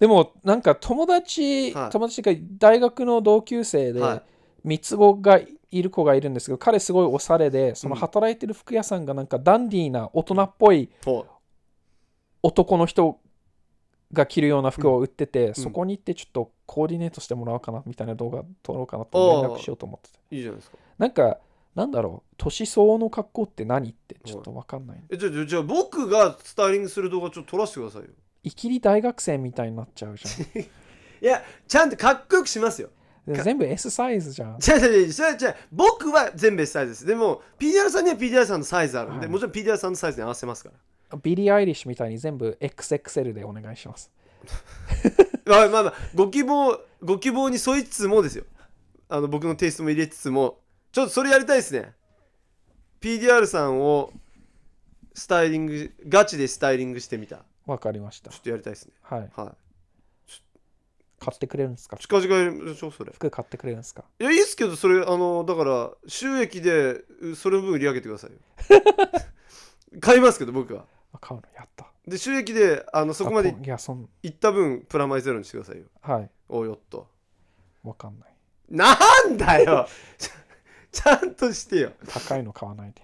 でもなんか友達、
はい
友達が大学の同級生で、
はい
三つ子がいる子がいるんですけど彼すごいおしゃれでその
うん
働いてる服屋さんがなんかダンディーな大人っぽい
ほ
男の人が着るような服を売ってて、そこに行ってちょっとコーディネートしてもらおうかなみたいな動画撮ろうかなって連絡しようと思ってて
ういいじゃないですか
なんかなんだろう年相応の格好って何ってちょっと分かんない
えじゃあじゃあじゃあ僕がスタイリングする動画ちょっと撮らせてくださいよ
いきり大学生みたいになっちゃうじゃ
いやちゃんとかっこよくしますよ
んで全部 S サイズじゃん
違う違う違うそれは違う僕は全部サイズですでも PDR さんには PDR さんのサイズあるんで、
はい
もちろん PDR さんのサイズに合わせますか
ビリー・アイリッシュみたいに全部 XXL でお願いします。
らまあまあまあご希望ご希望に沿いつつもですよあの僕のテイストも入れつつもちょっとそれやりたいですね PDR さんをスタイリングガチでスタイリングしてみたちょ
わかりました。
っとやりたいですね
はい。
は
買ってくれるんですか
い近々やりましょうそれ
服買ってくれるんですか
いやいいっすけどそれあのだから収益でうそれの分売り上げてくださいよ 買いますけど僕は
あ買うのやった。
で収益であのそこまで
あいや、そん、
行った分プラマイゼロにしてくださいよ
はい。
おうよっと
わかんない。
なんだよちゃんとしてよ
高いの買わないで。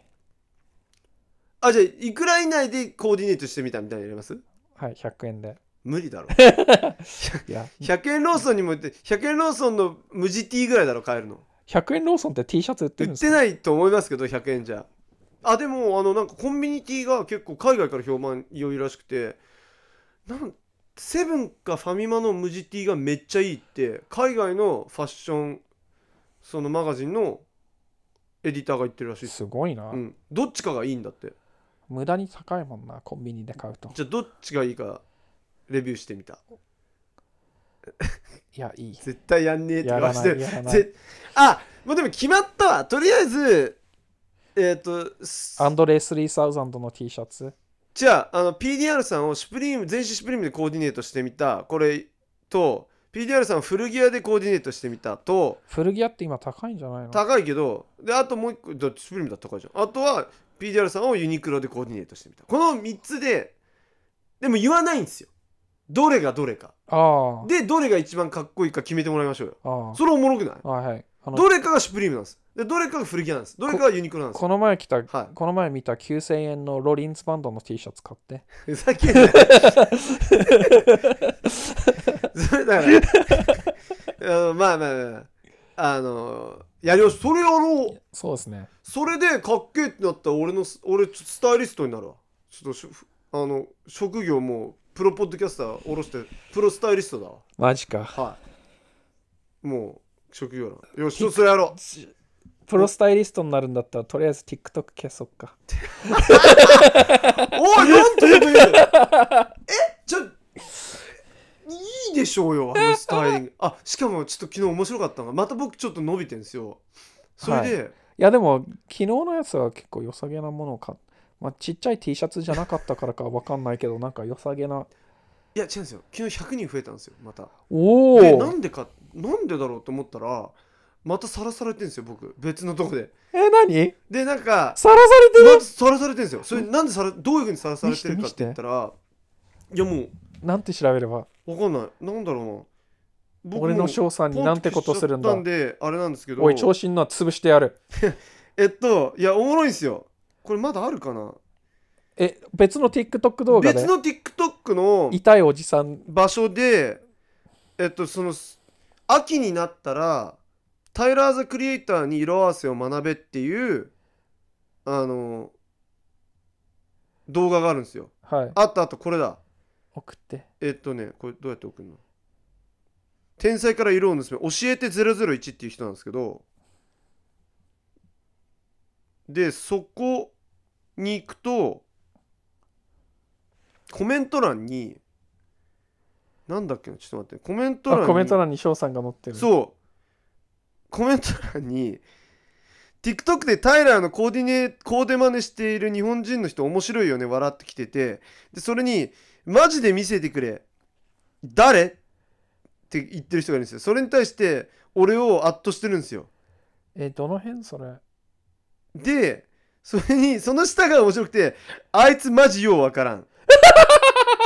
あじゃあいくら以内でコーディネートしてみたみたいなのやります
はい、100円で。
無 理だろ
いや、
100円ローソンにも行って100円ローソンの無地 T ぐらいだろ買えるの
100円ローソンって T シャツ売ってる
売
んで
っ
す
て
か
ないと思いますけど100円じゃあでもあのなんかコンビニティが結構海外から評判良いらしくてなんセブンかファミマの無地 T がめっちゃいいって海外のファッションそのマガジンのエディターが言ってるらしいです
すごいな、
うん、どっちかがいいんだって
無駄に高いもんな、コンビニで買うと。
じゃあどっちがいいかレビューしてみた
いや、いい。
絶対やんねえって
や
顔
ら
し
な
て
い、
る
やらない。
ぜあもうでも決まったわとりあえずえっ、とす
アンドレイ3000の T シャツ。
じゃああの PDR さんをシュプリーム全身シュプリームでコーディネートしてみたこれと PDR さんを古着屋でコーディネートしてみたと
古着屋って今高いんじゃないの
高いけどであともう一個だってシュプリームだったからじゃんあとは PDR さんをユニクロでコーディネートしてみたこの3つででも言わないんですよどれがどれか
あ
でどれが一番かっこいいか決めてもらいましょうよ
あ。あ
それおもろくない
あ。はいはい。あの
どれかがシュプリームなんですでどれかが古着屋なんですどれかがユニクロなんです
この前来た
は
この前見た9000円のロリンズバンドの T シャツ買って。
いふざけんなよそれだからうんまあまあまああのやりましょうそれやろう
そうですね。
それでかっけえってなったら俺のす俺ちょっとスタイリストになるわちょっとしょあの職業もうプロポッドキャスター下ろしてプロスタイリストだわ
マジか。
はいもう職業なのよしちょっとそれやろう
プロスタイリストになるんだったら、とりあえず TikTok 消そっか。
おい、なんてこと言うの え、ちょ、いいでしょうよ、あのスタイリ ング。あ、しかもちょっと昨日面白かったのが、また僕ちょっと伸びてんですよ。それで、
いやでも、昨日のやつは結構良さげなものを買っまあ、ちっちゃい T シャツじゃなかったからかわかんないけど、なんか良さげな。
いや、違うんですよ。昨日100人増えたんですよ、また。
お
で、な
お
んでか、なんでだろうと思ったら、またさらされてんですよ、僕。別のとこで。
え、何
で、なんか、
さらされてる
まずさらされてんですよ。それ、なんでさら、どういうふうにさらされてるかって言ったら、いや、も
なんて調べれば
う、わかんない。なんだろうな。僕
俺の
も
翔さんになんてことするんだ
ポンと消しちゃったんで、あれなんですけど。
おい、調子にな、潰してやる。
えっと、いや、おもろいんすよ。これまだあるかな
え、別の TikTok 動画で
別の TikTok の
痛いおじさん。
場所で、えっと、その、秋になったら、タイラー・ザ・クリエイターに色合わせを学べっていう、あの、動画があるんですよ。
はい。
あったあった、これだ。
送って。
えっとね、これどうやって送るの天才から色を盗め、教えて001っていう人なんですけど、で、そこに行くと、コメント欄に、なんだっけな、ちょっと待って、コメント
あ
欄に、
コメント欄に翔さんが載ってる。
そう、コメント欄に、TikTok でタイラーのコーディネコーデ真似している日本人の人面白いよね笑ってきててでそれにマジで見せてくれ誰って言ってる人がいるんですよそれに対して俺を圧倒してるんですよ
え、どの辺それ
でそれにその下が面白くてあいつマジようわからん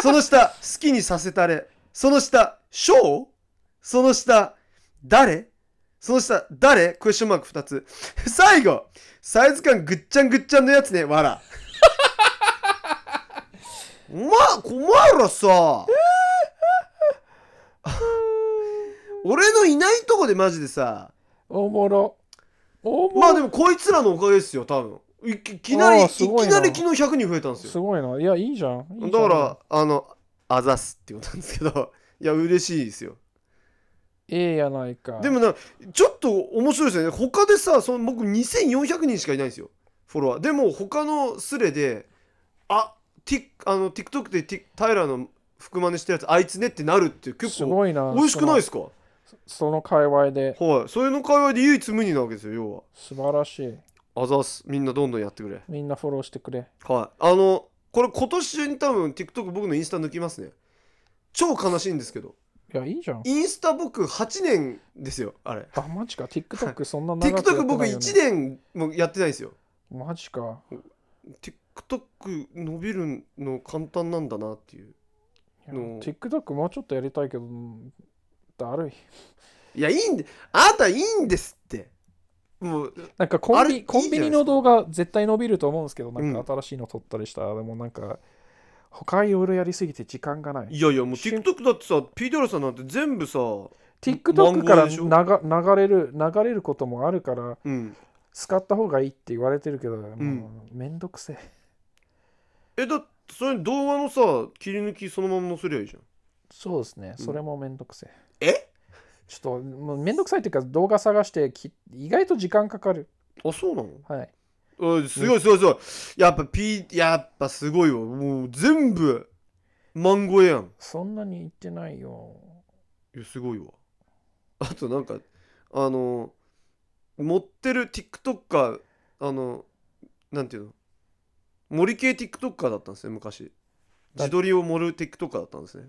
その下好きにさせたれその下、ショーその下、誰その下、誰クエスチョンマーク2つ。最後、サイズ感ぐっちゃんぐっちゃんのやつね、わら。お前、お前らさ、俺のいないとこでマジでさ、
おもろ。おもろ。
まあでもこいつらのおかげですよ、多分。いきいきなり、
あ
い
ーす
き
ごいな
なり昨日100人増えたんですよ
す。ごいな。いや、いいじゃん。いいじ
だ
ゃん
から、あの、あざすってことなんですけど、 いや、嬉しいですよ。
ええやないか。
でもな、ちょっと面白いですよね。他でさ、その僕2400人しかいないんですよ、フォロワー。でも、他のスレで、あ、ティあの TikTok でティタイラーの服真似したやつ、あいつねってなるって結
す
構、
ごいな。
美味しくないですすかは
そのその界隈で。
い。それの会話で唯一無二なわけですよ、要は。
素晴らしい。
あざす。みんなどんどんやってくれ。
みんなフォローしてくれ。
はい。あの、これ今年中に多分 TikTok 僕のインスタ抜きますね。超悲しいんですけど。
いや、いいじゃん。
インスタ僕8年ですよ、あれ。
あ、マジか。TikTok そんな長くやってな
TikTok
い
僕
よね
1年もやってないんですよ。
マジか。
TikTok 伸びるの簡単なんだなっていう。
いや
の
TikTok もうちょっとやりたいけど、うんだるい。
いや、いいんで、あなたいいんですって。もう、
なんかコン
あれ
ビ
いい
コンビニの動画絶対伸びると思うんですけど、なん
うん
か新しいの撮ったりしたら、でもなんか、他いろいろやりすぎて時間がない。
いやいや、もう TikTok だってさ、ピードラさんなんて全部さ、マン
TikTok
ゴ
か
ー
ら
でしょ
流流れる流れることもあるから、
うん。
使った方がいいって言われてるけど、もうめんどくせえ。
え、だってそれ動画のさ、切り抜きそのまま載せりゃいいじゃん。
そうですね、
うん
それもめんどくせえ。
え
ちょっともうめんどくさいっていうか、動画探してき、意外と時間かかる。
あ、そうなの
はい。
うんすごいすごいすごい。やっぱ P、やっぱすごいわ。もう全部、マンゴーやん。
そんなに言ってないよ。
いやすごいわあとなんかあの持ってる TikToker あのなんていうの森系 TikToker だったんですね昔
だ
自撮りを盛る TikToker だったんですね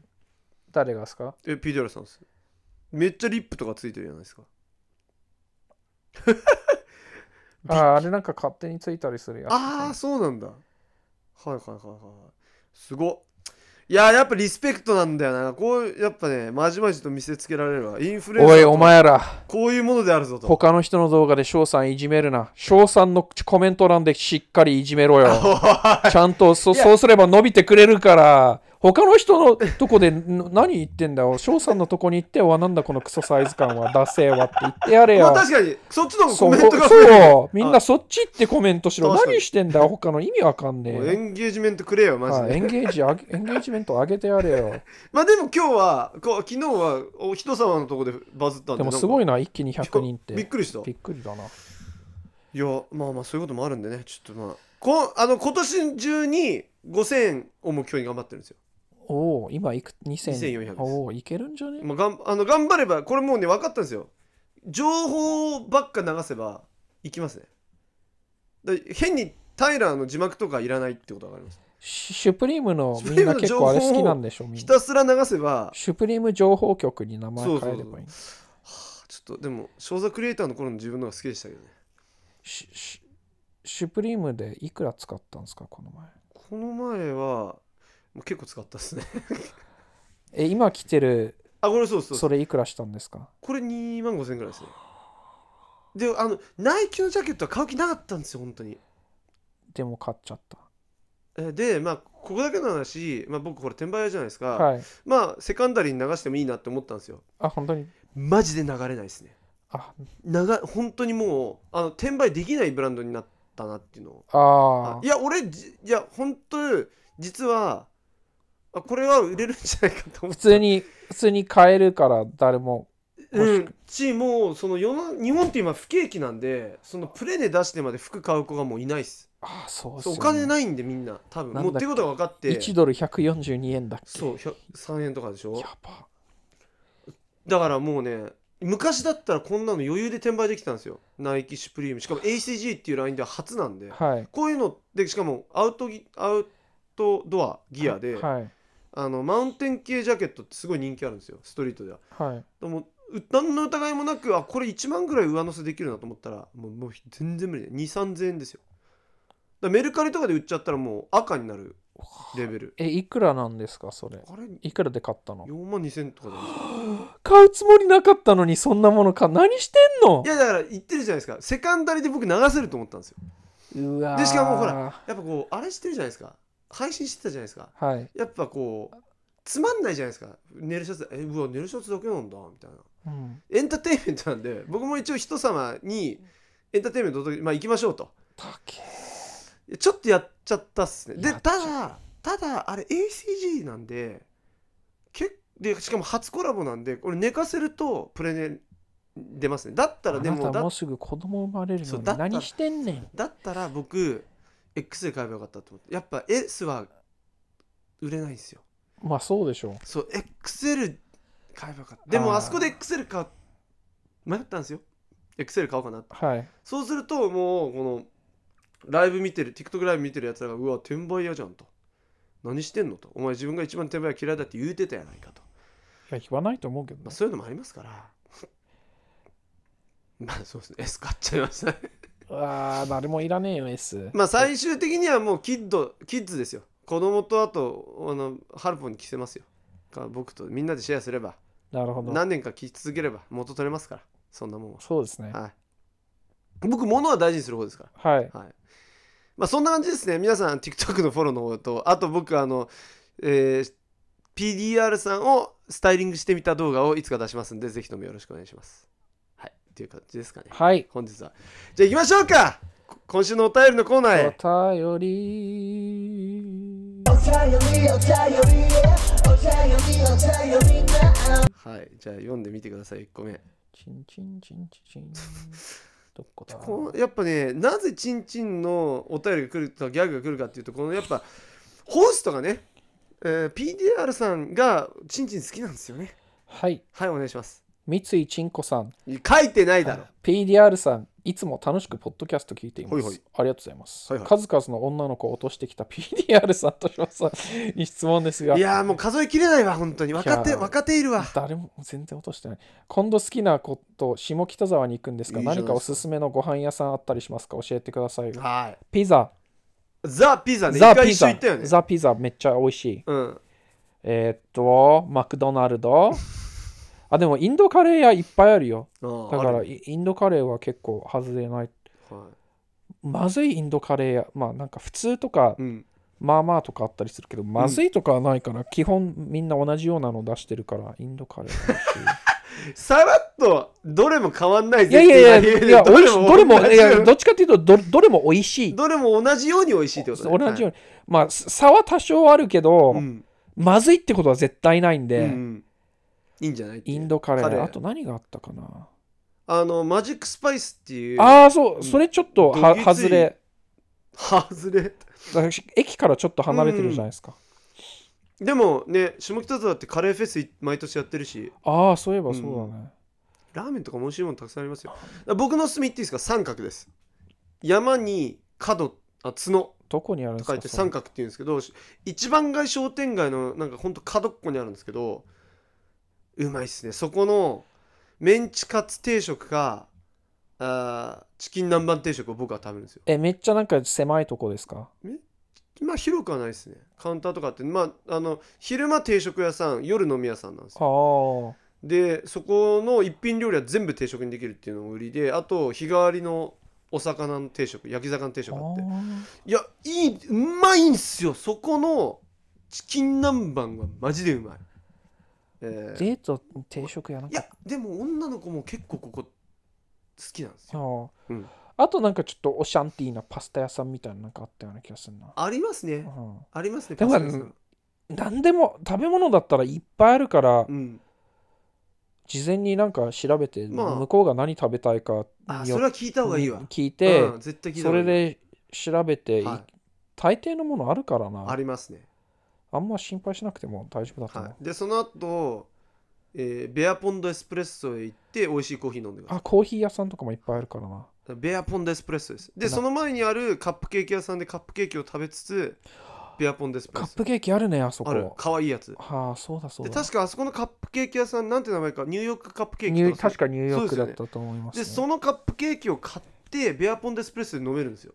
誰がですか
えピデラさんですめっちゃリップとかついてるじゃないですか
あーあれなんか勝手についたりするやつ。
ああーそうなんだはいはいはいはいすごっいややっぱリスペクトなんだよなこうやっぱねまじまじと見せつけられるわインフルエンサ
おい、
ー
お
とは
前ら、
こういうものであるぞと
他の人の動画で翔さんいじめるな。翔さんのコメント欄でしっかりいじめろよ。ちゃんとそ
いや
そうすれば伸びてくれるから、他の人のとこでん何言ってんだよ。翔さんのとこに行ってはなんだこのクソサイズ感は、ダセーわって言ってやれ
まあ
よ。
確かにそっちの方が
そ
コ
う
メントが増える
そうみんなそっち行ってコメントしろ。
確かに
何してんだよ、他の意味わかんね
もう
え
エ
よ。
ンゲージメントくれよマジ
あエ
で
ンゲージ上げエンゲージメント上げてやれよ。
まあでも今日はこう昨日はお人様のとこでバズったんで
でもすご
い
いな、一気に100人っ。
びってくりした
びっくりだな。
いやまあまあそういうこともあるんでねちょっとまあこあの今年中に5000を目標に頑張ってるんですよ、
おお、今いく
2400
2000
です
おお、いけるんじゃね
まあ、がんあの頑張ればこれもうね分かったんですよ情報ばっか流せばいきますねで変にタイラーの字幕とかいらないってことが分かります
シシュプリームの
シュプ
み
リー
ん
ム
な
の
結構あれ
情報
好
を
きなんでしょみ
ひ
んな。
たすら流せば
シュプリーム情報局に名前変えればいい。
そうそうちょっとでも小座クリエイターの頃の自分の方が好きでしたけどね
シシシュプリームでいくら使ったんですか、この前。
この前はもう結構使ったっすね
え、今来てる、
あこれそうそう
それいくらしたんですか
これ2万5000円ぐらいですねであのナイキのジャケットは買う気なかったんですよ本当に
でも買っちゃっ
えでまあここだけの話、まあ、僕これ転売屋じゃないですか、
た。はい。
まあセカンダリーに流してもいいなって思ったんですよ
あ、本当に。
マジで流れないですね
あ、
流本当にもうあの転売できないブランドになったなっていうのを
あ
いや俺じいや本当実はあこれは売れるんじゃないかと思
普
って
通に、普通に買えるから誰も。
うん、ちもうその世の日本って今不景気なんでそのプレで出してまで服買う子がもういないっす
ああ、そうっす
そう
よ
お
ね
金ないんでみんな多分
なん
も
だっけ
うってことが分かって
1ドル142円だっけ
そう100 3円とかでしょ
やば。
だからもうね昔だったらこんなの余裕で転売できたんですよナイキシュプリームしかも ACG っていうラインでは初なんで
はい。
こういうのでしかもアウトギアウトドアギアで、
はい。
あのマウンテン系ジャケットってすごい人気あるんですよストリートでは
はい。
でもう何の疑いもなくあこれ1万ぐらい上乗せできるなと思ったらもうもう全然無理だ2 3 0 0 0円ですよだからメルカリとかで売っちゃったらもう赤になるレベル
え、いくらなんですか、それ。
あれ
いくらで買ったの
4万2000とかだよ
買うつもりなかったのに、そんなものか。何してんの
いやだから言ってるじゃないですかセカンダリで僕流せると思ったんですよ
うわー
でしかもほら。やっぱこうあれしてるじゃないですか配信してたじゃないですか
はい。
やっぱこうつまんないじゃないですか寝るシャツえうわ寝るシャツだけなんだみたいな
うん、
エンターテインメントなんで僕も一応人様にエンターテインメントの時まあ行きましょうと
たけ
ちょっとやっちゃったっすねで
や
た
っちゃう
だただあれ ACG なんでけでしかも初コラボなんでこれ寝かせるとプレネ出ますねだったら
あ
で
な
も
た
だ
もうすぐ子供生まれる
そ
の
う
に
だったら
何してんねん。
だったら僕 X で買えばよかったと思ってやっぱ S は売れないんですよ
まあそうでしょ
そう XL 買えばよかったで
あ
も
ー
あそこで XL 買う迷ったんですよ XL 買おうかなって
う。はい。
そうするともうこのライブ見てる TikTok ライブ見てるやつらがうわ転売屋じゃんと何してんのとお前自分が一番転売屋嫌いだって言うてたやないかと、
いや、言わないと思うけど
まあ、
ね。
そういうのもありますから まあそうですね S 買っちゃいましたね
ああ、誰もいらねえよ、S。
まあ最終的にはもうキッドキッズですよ子供とあとあのハルポンに着せますよか僕とみんなでシェアすれば
なるほど。
何年か着続ければ元取れますからそんなもんは
そうですね。
はい僕物は大事にする方ですから
はい。
はい。まあそんな感じですね。皆さん TikTok のフォローの方と、あと僕あの、えー PDR さんをスタイリングしてみた動画をいつか出しますんで、ぜひともよろしくお願いします。はい。っていう感じですかね。
はい。
本日は。じゃあ行きましょうかこ今週のお便りのコーナーへ。
お便り。
はい。じゃあ読んでみてください。1個目。
チンチンチンチンチン。 どこだ
こうやっぱね、なぜチンチンのお便りが来るとかギャグが来るかっていうと、このやっぱ、ホーストがね、えー PDR さんがチンチン好きなんですよね。
はい。
はい、お願いします。
三井ちんこさん。
書いてないだろ。
PDR さん、いつも楽しくポッドキャスト聞いています。
ほいほい
ありがとうございます、
はいはい
数々の女の子を落としてきた PDR さんと島さんに質問ですが
い、やーもう数えきれないわ本当に若
い
手
やー
若手いるわ
誰も全然落としてない。今度好きなこと、下北沢に行くんですが、
いいじゃないで
何
すか
かおすすめのご飯屋さんあったりしますか教えてください。
は
ピザ、
いザ・ピザね
ザ・
一回
ピ
一緒
ザ、
行ったよね
ザ・ピザめっちゃ美味しい。
うん
えーっと、マクドナルド。あ、でもインドカレー屋いっぱいあるよ。
あー
だか
あ
ら
る
イインドカレーは結構外れない。
は
まずいインドカレー屋、まあなんか普通とか
い、うん
まあまあとかあったりするけど、まずいとかはないから、基本みんな同じようなの出してるから、インドカレーは美味しい。
さらっとどれも変わんない
いやいやいや、いや、
ど
おい
れ
し
も
どれも、
同
い
じよう
や、どっちかっていうと、どどれも美味しい。
どれも同じように美味しいってことね
同じように。まあ、す差は多少あるけど、
はいうん
まずいってことは絶対ないん
う
で、
んいいんじゃないっていう
インドカレー。
カレー
あと何があったかな。
あのマジックスパイスっていう
ああ、そう、それちょっと
ど
は、
ぎつい
外れ。
ハズレ
だから駅からちょっと離れてるじゃないですか。
でもね下北沢ってカレーフェス毎年やってるし
ああ、そういえばそうだね。
ラーメンとかも美味しいものたくさんありますよ。僕のおすすめ言っていいですか三角です。山に角、あ、角
どこにあるんで
と
すか
書いて三角って言うんですけど、一番街商店街のなんかほんと角っこにあるんですけど、うまいっすね。そこのメンチカツ定食か、あーチキン南蛮定食を僕は食べるんですよ。
え、めっちゃなんか狭いとこですか
まあ広くはないですね。カウンターとかあって、まあ、あの、昼間定食屋さん、夜飲み屋さんなんですよ
ああ、は
でそこの一品料理は全部定食にできるっていうのも売りであと日替わりのお魚の定食焼き魚の定食あっていやいいうまいんすよそこのチキン南蛮はマジでうまい、えー
デート定食やなん
い
かっ
やでも女の子も結構ここ好きなんです
た
よ
ああ
うん
あとなんかちょっとオシャンティーなパスタ屋さんみたいなのなんかあったような気がするな。
ありますね
う
ありますね
でも
パスタですから
ん、何でも食べ物だったらいっぱいあるから、
うん
事前になんか調べて、
まあ
向こうが何食べたいかよ
あそれは聞いた方がいいわ
聞いて、
うん、絶対聞いた
そ
方がい
れ
い
で調べて、
はい
大抵のものあるからな
ありますね
あんま心配しなくても大丈夫だと思う、
はいでその後、えーベアポンドエスプレッソへ行って美味しいコーヒー飲んでください
あコーヒー屋さんとかもいっぱいあるからな
ベアポンドエスプレッソです。で、
な
その前にあるカップケーキ屋さんでカップケーキを食べつつ、ベアポンドエスプ
カ
レッ
ッ
ソ。
プケーキあるねあそこ
ある、かわいいやつ。
はあそうだそ
で、
うだ
確かあそこのカップケーキ屋さん、なんて名前か、ニューヨークカップケーキ
ニュー
と
確かニューヨ
そ
ー
うで
ク
すよ
だ
ね
ったと思います、ね
で、そのカップケーキを買って、ベアポンドエスプレッソで飲めるんですよ。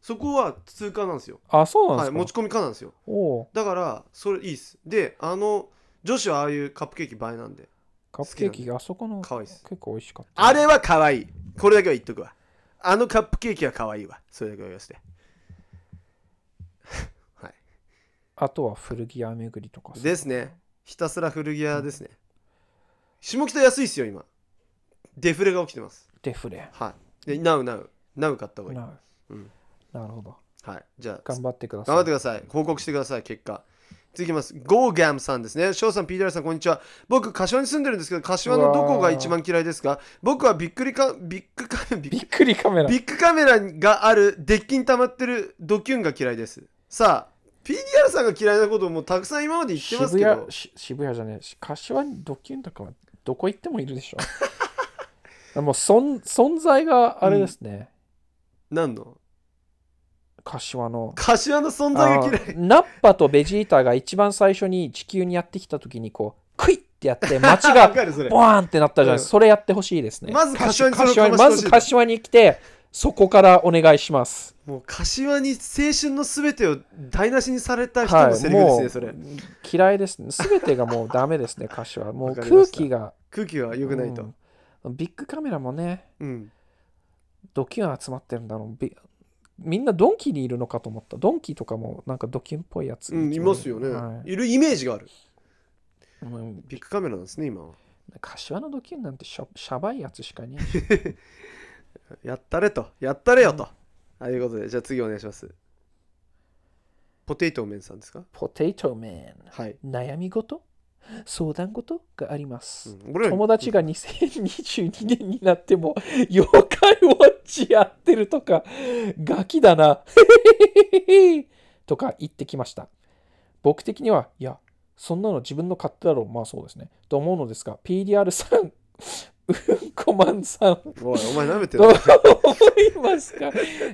そこは通過なんですよ、
あ、そうな
はい、
んで
持
す
ち
か。
込み可なんですよ
おう
だからそれいいっすであの女子はああいうカップケーキ映えなんで
カップケーキがあそこの
可愛いっす
結構美味しかった。
あれは可愛いこれだけは言っとくわあのカップケーキは可愛いわそれだけは言わせて はい
あとは古着屋巡りとかさ
ですね。ひたすら古着屋ですね。下北安いっすよ、今。デフレが起きてます。
デフレ。
はい。で、ナウナウ。ナウ買った方がいい。
な,、
うん
なるほど。
はい。じゃあ、
頑張ってください。
頑張ってください。報告してください、結果。次いきます。ゴーガムさんですね。翔さん、ピーターさん、こんにちは。僕、柏に住んでるんですけど、柏のどこが一番嫌いですか僕はびっくりか、ビッグカメラ、ビ
びっくりカメラ。
ッグカメラがあるデッキに溜まってるドキュンが嫌いです。さあ、PDR さんが嫌いなことをもうたくさん今まで言ってます
渋
け
谷
ど、
し渋谷じゃねえし柏にドキュンとかはどこ行ってもいるで しょもうそん存在があれですね、
何の
柏の
柏の存在が嫌い
あ。のナッパとベジータが一番最初に地球にやってきた時にこうクイッってやって街
わ
が
かるそれ
ボワーンってなったじゃないです
う
か、
ん
それやってほしいですね
まず柏にそれをか
柏
ましてほしい
まず柏に来てそこからお願いします
もう柏に青春のすべてを台無しにされた人
は
のセ
い
リフですね、
もう
それ
嫌いですね全てがもうダメですね柏もう
わかりま
空
した
気が
空気は良くないと、
うんビッグカメラもね
うん
ドキュン集まってるんだろうびみんなドンキにいるのかと思ったドンキとかもなんかドキュンっぽいやつ、
うんいますよね、
はい
い、るイメージがある
うん
ビッグカメラなんですね今は
柏のドキュンなんてしょしゃばいやつしかいねえし
やったれとやったれよと、ああいうことでじゃあ次お願いしますポテイトメンさんですか
ポテトメ
はい、
ン悩み事相談事があります、
うん俺ら
友達が2022年になっても妖怪ウォッチやってるとかガキだな とか言ってきました僕的にはいやそんなの自分の勝手だろうまあそうですねと思うのですが PDR さんうんこまんさん
おいお前舐めてる
どう
な
思いますか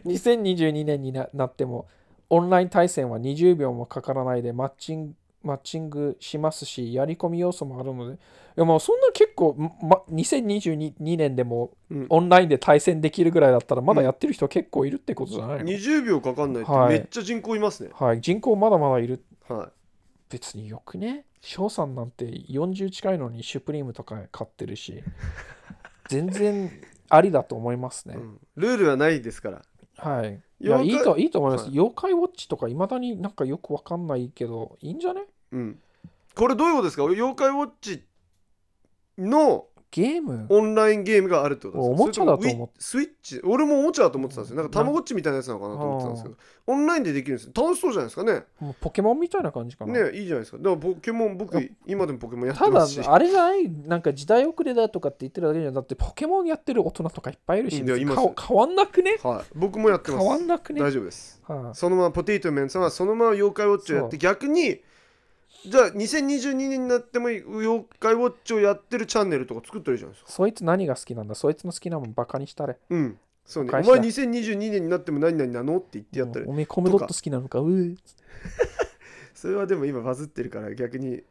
2022年にななってもオンライン対戦は20秒もかからないでマッチングマッチングしますしやり込み要素もあるのでいやまあそんな結構、ま、2022年でも
うん
オンラインで対戦できるぐらいだったらまだやってる人結構いるってことじゃないの、
20秒かかんないって
はい
めっちゃ人口いますね、
はい、人口まだまだいる
は
別によくね翔さんなんて40近いのにシュプリームとか買ってるし全然ありだと思います
い
ね、
うんルールはないですから
はい。いや、
妖怪
いいと、いいと思います。
はい
妖怪ウォッチとか、いまだになんかよくわかんないけど、いいんじゃね
うんこれどういうことですか妖怪ウォッチの
ゲーム
オンラインゲームがあるってことですか
おもちゃだと思っ
それもウィスイッチ俺もおもちゃだと思ってたんですよなんかたまごっちみたいなやつなのかなと思ってたんですけどオンラインでできるんですよ楽しそうじゃないですかね
もうポケモンみたいな感じかな。
ねいいじゃないですかだからポケモン僕今でもポケモンやって
た
ま
だ
すし、
あれじゃない、なんか時代遅れだとかって言ってるだけじゃなくて、ポケモンやってる大人とかいっぱいいるし、
いやいます
顔変わんなくね
はい、僕もやって
変
ます
わんなくね
大丈夫です
はい
そのままポテイトメンさんはそのまま妖怪ウォッチをやって逆にじゃあ2022年になっても妖怪ウォッチをやってるチャンネルとか作ったらいいじゃないですか
そいつ何が好きなんだそいつの好きなもんバカにしたれ。
うんそうねお
返
前
した
2022年になっても何々なのって言ってやったら
おめえコムドット好きなのかうー
それはでも今バズってるから逆に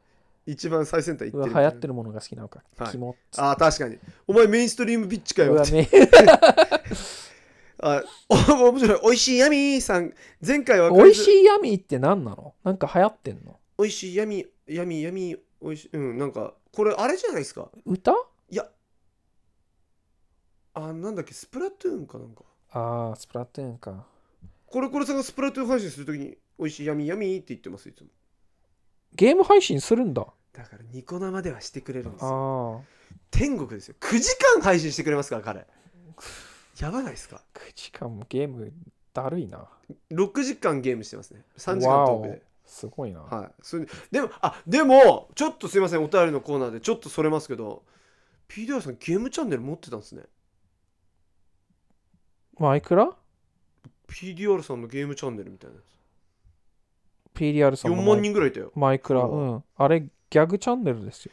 一番最先端
う
行っ
わ
て
流
る
行ってるものが好きなのか。
はい
キモっつっ
ああ確かにお前メインストリームビッチか
て。う
よ
わ
って
め
あお面白いおいしいヤミーさん前回は
美味し
い
い闇って何なのなんか流行ってんの
おいしいヤミーヤミーヤミーおいしいうんなんかこれあれじゃないですか
歌
いやあなんだっけスプラトゥーンかなんか
ああ、スプラトゥーンか。
これこれさんがスプラトゥーン配信するときにおいしいヤミーヤミーって言ってますいつも
ゲーム配信するんだ。
だからニコ生ではしてくれるんですよ
ああ。
天国ですよ9時間配信してくれますから彼やばないですか
9時間もゲームだるいな。
6時間ゲームしてますね3時間
わ
トーク
お
で。
すごいな。
はいそれででもあでもちょっとすいませんお便りのコーナーでちょっとそれますけど PDR さんゲームチャンネル持ってたんですね
マイクラ
PDR さんのゲームチャンネルみたいなや
?PDR
つ
さん
4
の
万
マイ
人ぐらいいたよ
マイクラ。
フォロ
うん。あれ、ギャグチャンネルですよ。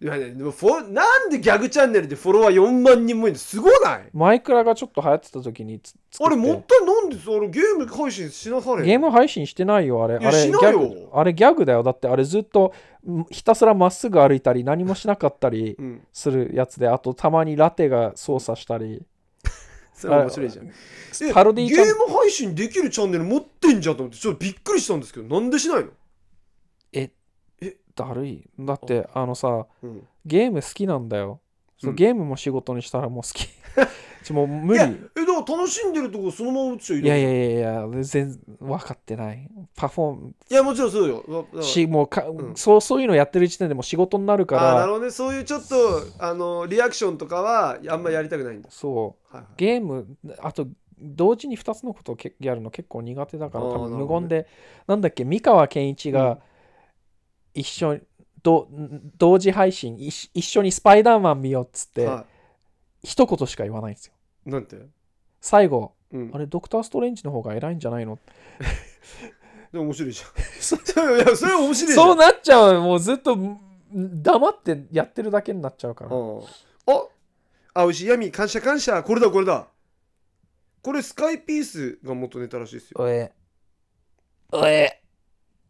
いやねでもフォなんでギャグチャンネルでフォロワー4万人もいるのすごない
マイクラがちょっと流行ってた時につ作
あ
って
れもったいなんでそれゲーム配信しなされ
ゲーム配信してないよ、あれ。
いや
あれ
し
ギ
ない
ャ
よ
グあれギャグだよ。だってあれずっとんひたすらまっすぐ歩いたり、何もしなかったり
うん
するやつで、あとたまにラテが操作したり。
それ面白いじゃんえ
パロディ
ゲ
チャン
ーム配信できるチャンネル持ってんじゃんと思ってちょっとびっくりしたんですけどなんでしないの
え
え
だるいだってあのさ
うん
ゲーム好きなんだよ、そう
うん
ゲームも仕事にしたらもう 好きちょもう無
い
理
やえだから楽しんでるとこそのまま打っちゃいい
いやいやいやいや全然分かってないパフォーム
いやもちろんそうよわだから
しもうか、
うん
そうそういうのやってる時点でもう仕事になるか
あーなる
ら
ほどねそういうちょっとあのリアクションとかはあんまやりたくないんだ、
そう
はいはい
ゲームあと同時に2つのことをけやるの結構苦手だから
あー
多分
なる
無
ほどね
言でな,、んだっけ三河健一
うん
が一緒に、ど同時配信一緒一緒に「スパイダーマン見よう」っつって、
は
一言しか言わないんですよ
い、なんて、
最後
うん、
あれドクター・ストレンジの方が偉いんじゃないの
でも面白いじゃん そういやそれは面白いじゃん
そうなっちゃうもうずっとん黙ってやってるだけになっちゃうから
あああ美味しい闇感謝感謝これだこれだこれスカイピースが元ネタらしいですよ
おえおえ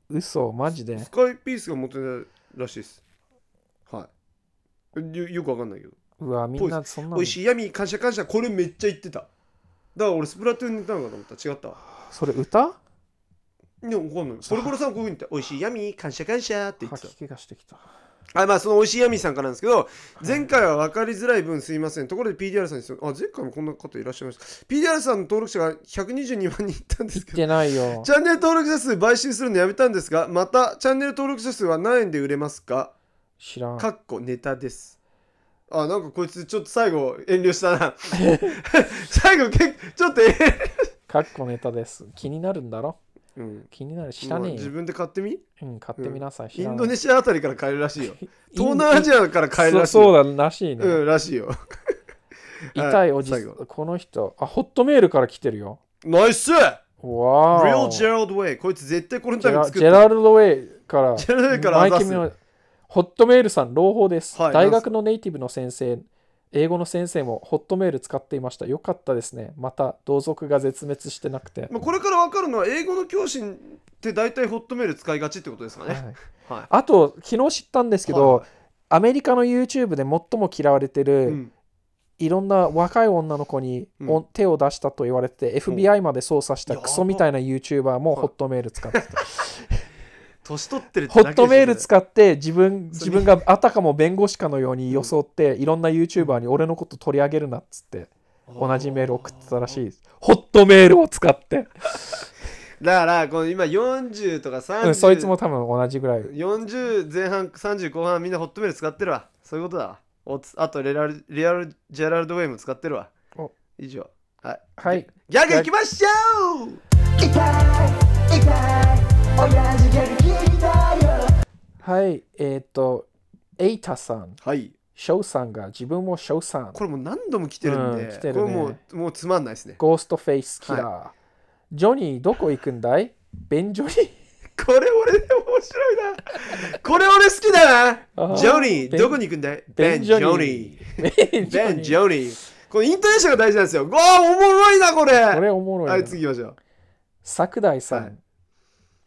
嘘マジで
スカイピースが元ネタらしいですはいよよくわかんないけど
うわみんなそんな
美
の
味しい闇感謝感謝これめっちゃ言ってただから俺スプラトゥーンネタなのかと思った違った
それ歌
でもわかんないポルコロさんはこういうふうに言った「美味しい闇感謝感謝」って言って
吐
た
き気がしてきた
あまあそのおいしいヤミーさんからなんですけど前回は分かりづらい分すいませんところで PDR さんにすあ前回もこんな方いらっしゃいました PDR さんの登録者が122万人いったんで
言っ
すけど
てな いよ
チャンネル登録者数買収するのやめたんですがまたチャンネル登録者数は何円で売れますか
知らん
かっこネタですあなんかこいつちょっと最後遠慮したな 最後けちょっと遠慮
かっこネタです気になるんだろ
うん
気になる知らねえ
自
よ
分で買ってみ
うん買ってみなさい知
イン
らな
ド
い
ネシアあたりから買えるら しいよ
イン
東南アジアから買えるらしい
そう
よ
そうだらしいね、
うんらしいよ
痛いおじ
はい
さ
最後
んこの人あホットメールから来てるよ
ナイス
わ
リオ・
あ
ジェラルド・ウェイ。こいつ絶対この
ジ
ため
ェ
に
ラ
作
ジ
っ
ェ
た。
ラルド・ウェイから
ジェラルドウェイから
マイ
出
ケ
す
ミのホットメールさん朗報です、
はい
大学のネイティブの先生英語の先生もホットメール使っていましたよかったですねまた同族が絶滅してなくて、
まあ、これから分かるのは、英語の教師って大体ホットメール使いがちってことですかね。
はい
は
あと昨日知ったんですけど、アメリカの YouTube で最も嫌われて
い。
る、
うん
いろんな若い女の子に
うん
お手を出したと言われて、FBI まで捜査した
やば
クソみたいな YouTuber も
はい
ホットメール使ってた、
年取ってるって
ホ
だけ
ットメール
です
使って自分
そ
自
れ
分があたかも弁護士かのよ うに装って、いろんな YouTuber に俺のこと取り上げるなっつって
よね
同じメール送ってたらしいですホットメールを使って、
だから、この今40とか30、
うん、そいつも多分同じぐらい
40前半、30後半、みんなホットメール使ってるわ。そういうことだわ。おつあとレラル、リアル・ジェラルド・ウェイも使ってるわ
お。
以上。はい。
はい
ギャグいきましょう
痛い痛い同じギャグ聞きたいよ
はいえーっとエイタさん
はい。
ショウさんが自分をショウさん
これもう何度も来てるんで、
うん来てるね
これもうもうつまんないですね。
ゴーストフェイスキラー、ジョニーどこ行くんだいベンジョニー
これ俺で面白いな。これ俺好きだ
あ
な。
ー
ジョニー、
ベン
どこに行くんだいベ
ベ
ン・
ン
ジ
ジ
ョ
ョ
ニ
ニ
ー。ベン・ジョニー。このイントネーションが大事なんですよ。わあ、おもろいな、こ
これ
れ。
おもろいな。
はい、次行きましょう。
桜井さん、
はい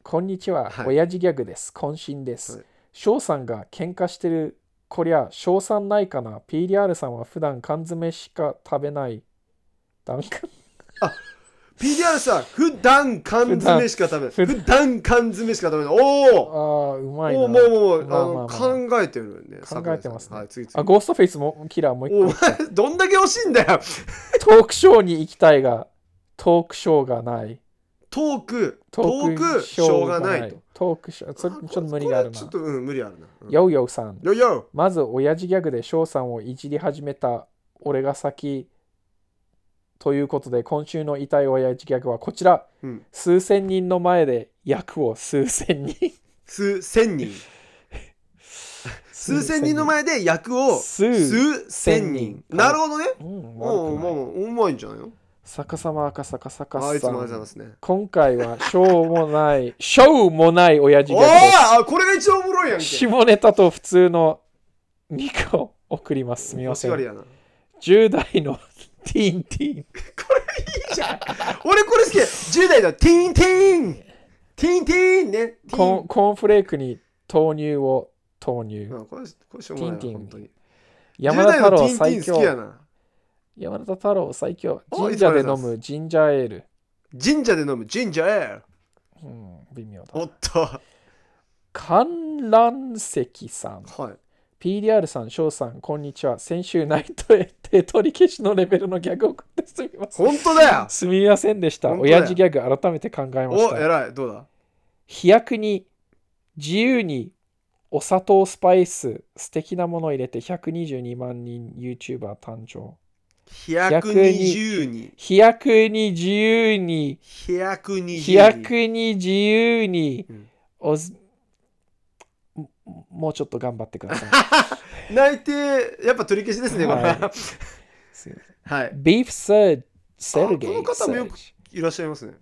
こんにちは、
はい
親父ギャグです。渾身で
は
す
い。
翔、さんが喧嘩してる、こりゃ、翔さんないかな。PDR さんは普段缶詰しか食べない。ダンカン
PDR さん、普段缶詰しか食べ
普
ない。普
段
段缶詰しか食べない。お
あ
お
あ、うまい
お
な。
おもうもう、
まあまあまあ
あの考えてるね。
考えてますね
はい、次次
あ、。ゴーストフェイスもキラーもう一
お
個
前、どんだけ惜しいんだよ。
トークショーに行きたいが、トークショーがない。
トーク、トーク、しょうがないと。。
トークショー、それ
あ
ち
こ
ょっと無理がある
これ
な
ちょっ。と、うん、無理あるな。うん
ヨウヨウさん、
よよ
まず親父ギャグで翔さんをいじり始めた俺が先ということで今週の痛い親父ギャグはこちら
うん
数千人の前で役を数千人
数千 人。 数
数
千人の前で役を
数
数千人。なるほどね。
うん
お
悪
う
く
まあ
ない
まあ、うまいんじゃないの
逆さま赤坂坂
あいつ
さ
もありがとうございま
ん
すね。
今回はしょうもないしょうもない親父
お
ギ
お
ャグ
あこれが一番おもろいやん
で
け。
す下ネタと普通の2個送りますすみませ
欲しがり
ん
やな。
10代のティーンティーン
俺これ好きだよ。10代だ。ティーンティーンティーンティーンね。ティ
コ
ーン
ーンコーンフレークに豆乳を投入、
うんこれこれしょうもないな、
ティーンティーン
本当に。
山田太
10
郎
代のティーンティーン
最
好きや
強
な。
山田太郎最強。
お
神社で
いつもありがと
飲
うござい
むジンジャーエール。
神社で飲むジンジャーエール
うん、微妙
お
だ。
っと
観覧席さん。
はい
PDR さん、翔さん、こんにちは。先週ナイトへて取り消しのレベルのギャグを送ってすみません。
本当だよ
すみませんでした。
本当だよ
親父ギャグ改めて考えまし
お
た。
偉いどうだ
飛躍に自由にお砂糖スパイス素敵なものを入れて122万人 YouTuber 誕生。
120に
飛躍に自由に
120に
飛躍に自由に
うん
おずももうちょっと頑張ってください。
泣いてやっぱ取り消しですねこれ
は
はいい、はい、
ビーフサージ、セルゲイ。
あこの方もよく
セルゲイ
いらっしゃいますね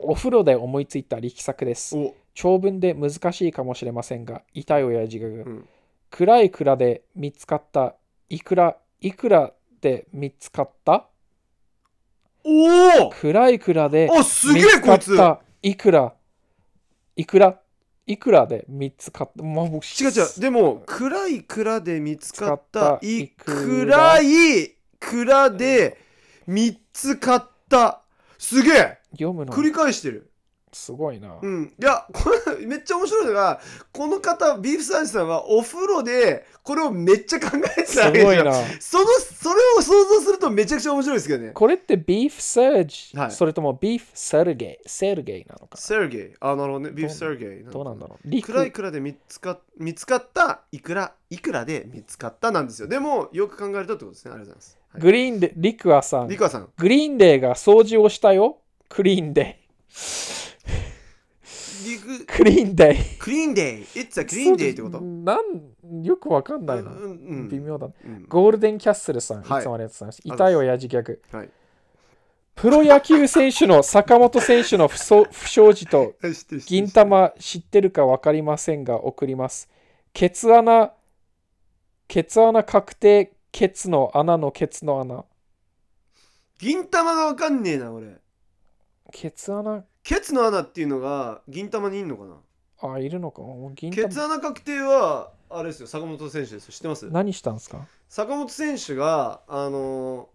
お風呂で思いついた力作です。
お
長文で難しいかもしれませんが、痛い親父が、
ん
暗い蔵で見つかった、いくら、いくらで見つかった
お
暗い蔵で
おあす
見
げえ
つか
こい
っ
つ
た、いくら、いくら、いくらで見つかった。まあ、僕
違う違うでも暗い蔵で見つかった
見つ
い
かった
暗い蔵で見つかったすげえ
読むの
繰り返してる
すごいな。
うんいやこれめっちゃ面白いのがこの方ビーフサージさんはお風呂でこれをめっちゃ考えて
す
たわけ
ご
です
い
よ
な。
そのそれを想像するとめちゃくちゃ面白いですけどね
これってビーフサージ、
はい
それともビーフセルゲイ、セルゲイなのか
セルゲイあなるほどねビーフセルゲイ
どうなんだろう
暗い蔵で見つか見つかったいくらいくらで見つかったなんですよでもよく考えるとってことですねありがとうございます、はい
グリーンで、リクアさん
リ。カさん
グリーンデーが掃除をしたよ。クリーンデ
リク
ー。クリーンデー。
クリーンデイ It's a clean day ってこと
なんよくわかんないな。
うんうん
微妙だな。
うん
ゴールデンキャッスルさん。いつも
は
あ
い
りがとうございます。
がとうございます
痛い親父ギャグ。
はい
プロ野球選手の坂本選手の不祥 不祥事と
はい知ってる知ってる
銀玉知ってるかわかりませんが送ります。ケツ穴、ケツ穴確定、ケツの穴のケツの穴。
銀玉がわかんねえな俺
ケツ穴、
ケツの穴っていうのが銀玉にいんのかな
あ、いるのか。もう銀
ケツ
玉
穴確定はあれですよ坂本選手ですよ知ってます
何したんですか
坂本選手があのー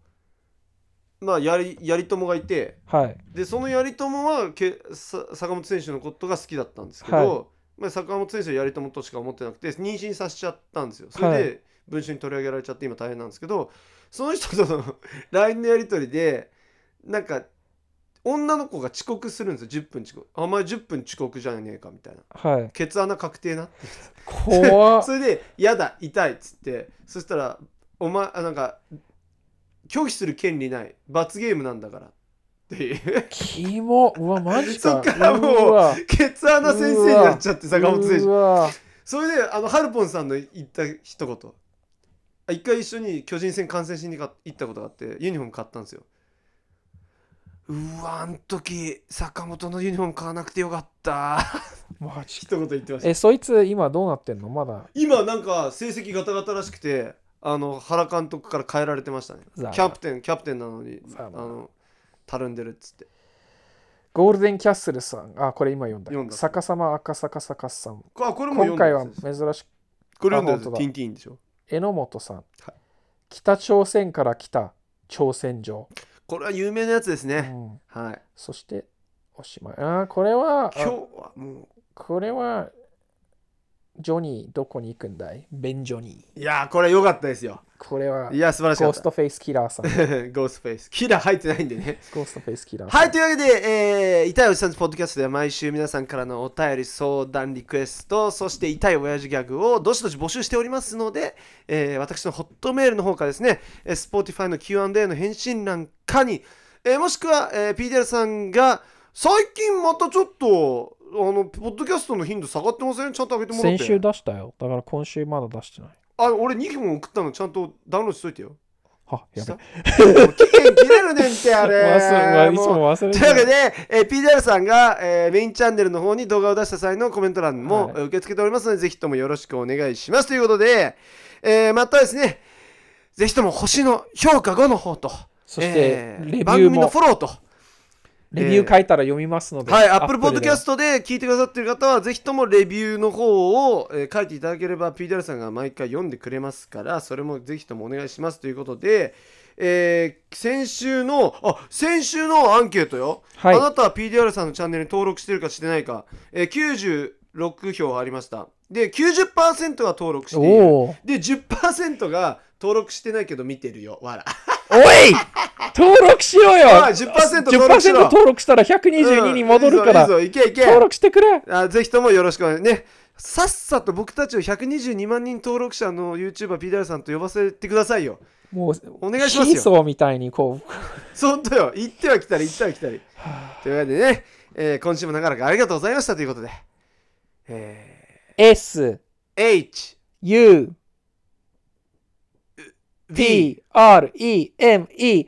まあやりやり友がいて
はい。
でその頼朝はけさ坂本選手のことが好きだったんですけど、
は
まあ、坂本選手は頼朝としか思ってなくて妊娠させちゃったんですよそれ
は
で文春に取り上げられちゃって今大変なんですけどその人との LINE のやり取りでなんか女の子が遅刻するんですよ10分遅刻「あお前10分遅刻じゃねえか」みたいな
はい
「。ケツ穴確定な」
怖 っ
それで「やだ痛い」っつってそしたら「お前あなんか拒否する権利ない罰ゲームなんだから」っていう。
キモうわマジ
そ
か
っからもう
うわ
ケツ穴先生になっちゃって坂本選
う
手
わ
それであのハルポンさんの言った一言あ一回一緒に巨人戦観戦しに行か行ったことがあってユニフォーム買ったんですようわあん時坂本のユニフォーム買わなくてよかった
マジ
一
か
言言ってました
えそいつ今どうなってんのまだ
今なんか成績ガタガタらしくてあの原監督から変えられてましたねキ
ざま
ャプテンキャプテンなのに
ざ
あ
ま
のたるんでるっつって
ゴールデンキャッスルさんあこれ今読んだ
読んだ
逆さま赤坂坂さん
あこれも読ん
今
だ
回
や
は
つです
珍しく
これ読んだや
あ本当
つ
だ
ティンティーンでしょ
榎本さん、
い
北朝鮮から来た朝鮮城、
これは有名なやつです
う
ね、
ん、
はい
そしておしまいあこれは
今日
あ
はも
これはジョニーどこに行くんだいベン・ジョニ
ういやーこれ良かったですよ
ーこれはい
や素晴らしか
ゴー
っ
ス
た
トフェイスキラーさ ん
ゴーストフェイスキラー入ってないんでね
ゴーストフェイスキラーさん
はいというわけで、えー痛いおじさんズポッドキャストでは毎週皆さんからのお便り相談リクエストそして痛い親父ギャグをどしどし募集しておりますので、えー私のホットメールの方からですねえー Spotify の Q&A の返信欄かに、えーもしくは、えー PDR さんが最近またちょっとあのポッドキャストの頻度下がってませんちゃんと上げてもらって
先週出したよ。だから今週まだ出してない。
あ俺2本送ったのちゃんとダウンロードしといてよ
は、やべ。
もう期限切れるねんってあれ
忘れ、いつ
もう
も忘れ
と
て
いうわけ
る。
で、えー PDR さんが、えーメインチャンネルの方に動画を出した際のコメント欄も、
はい
えー受け付けておりますのでぜひともよろしくお願いしますということで、えーまたですねぜひとも星の評価5の方と
そして
えー
レビューも
番組のフォローと
レビュー書いたら読みますので、
はい、Apple
Apple で
Podcast で聞いてくださってる方は、ぜひともレビューの方を、えー書いていただければ、PTR さんが毎回読んでくれますから、それもぜひともお願いしますということで、えー先週の、あ、先週のアンケートよ。
はい
あなたは PTR さんのチャンネルに登録してるかしてないか、えー96票ありました。で、90%は登録している。
おー
で、10%が登録してないけど見てるよ、わら。
おい登録しろよ
あ10%
10%
登録しろ
登録したら122に戻るから、
うんいいぞいいぞいけいけ。
登録してくれ
あぜひともよろしくお願いねさっさと僕たちを122万人登録者の YouTuber ピーダルさんと呼ばせてくださいよ
もう
お願いします
シー
よ
ソーみたいにこう
そんとよ行っては来たり行っては来たりというわけでね、えー今週も長らくありがとうございましたということでえ
S
ー H
U
B
P R E M E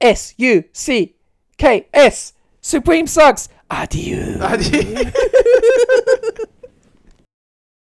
S U C K S Supreme Sucks アデュー
アディ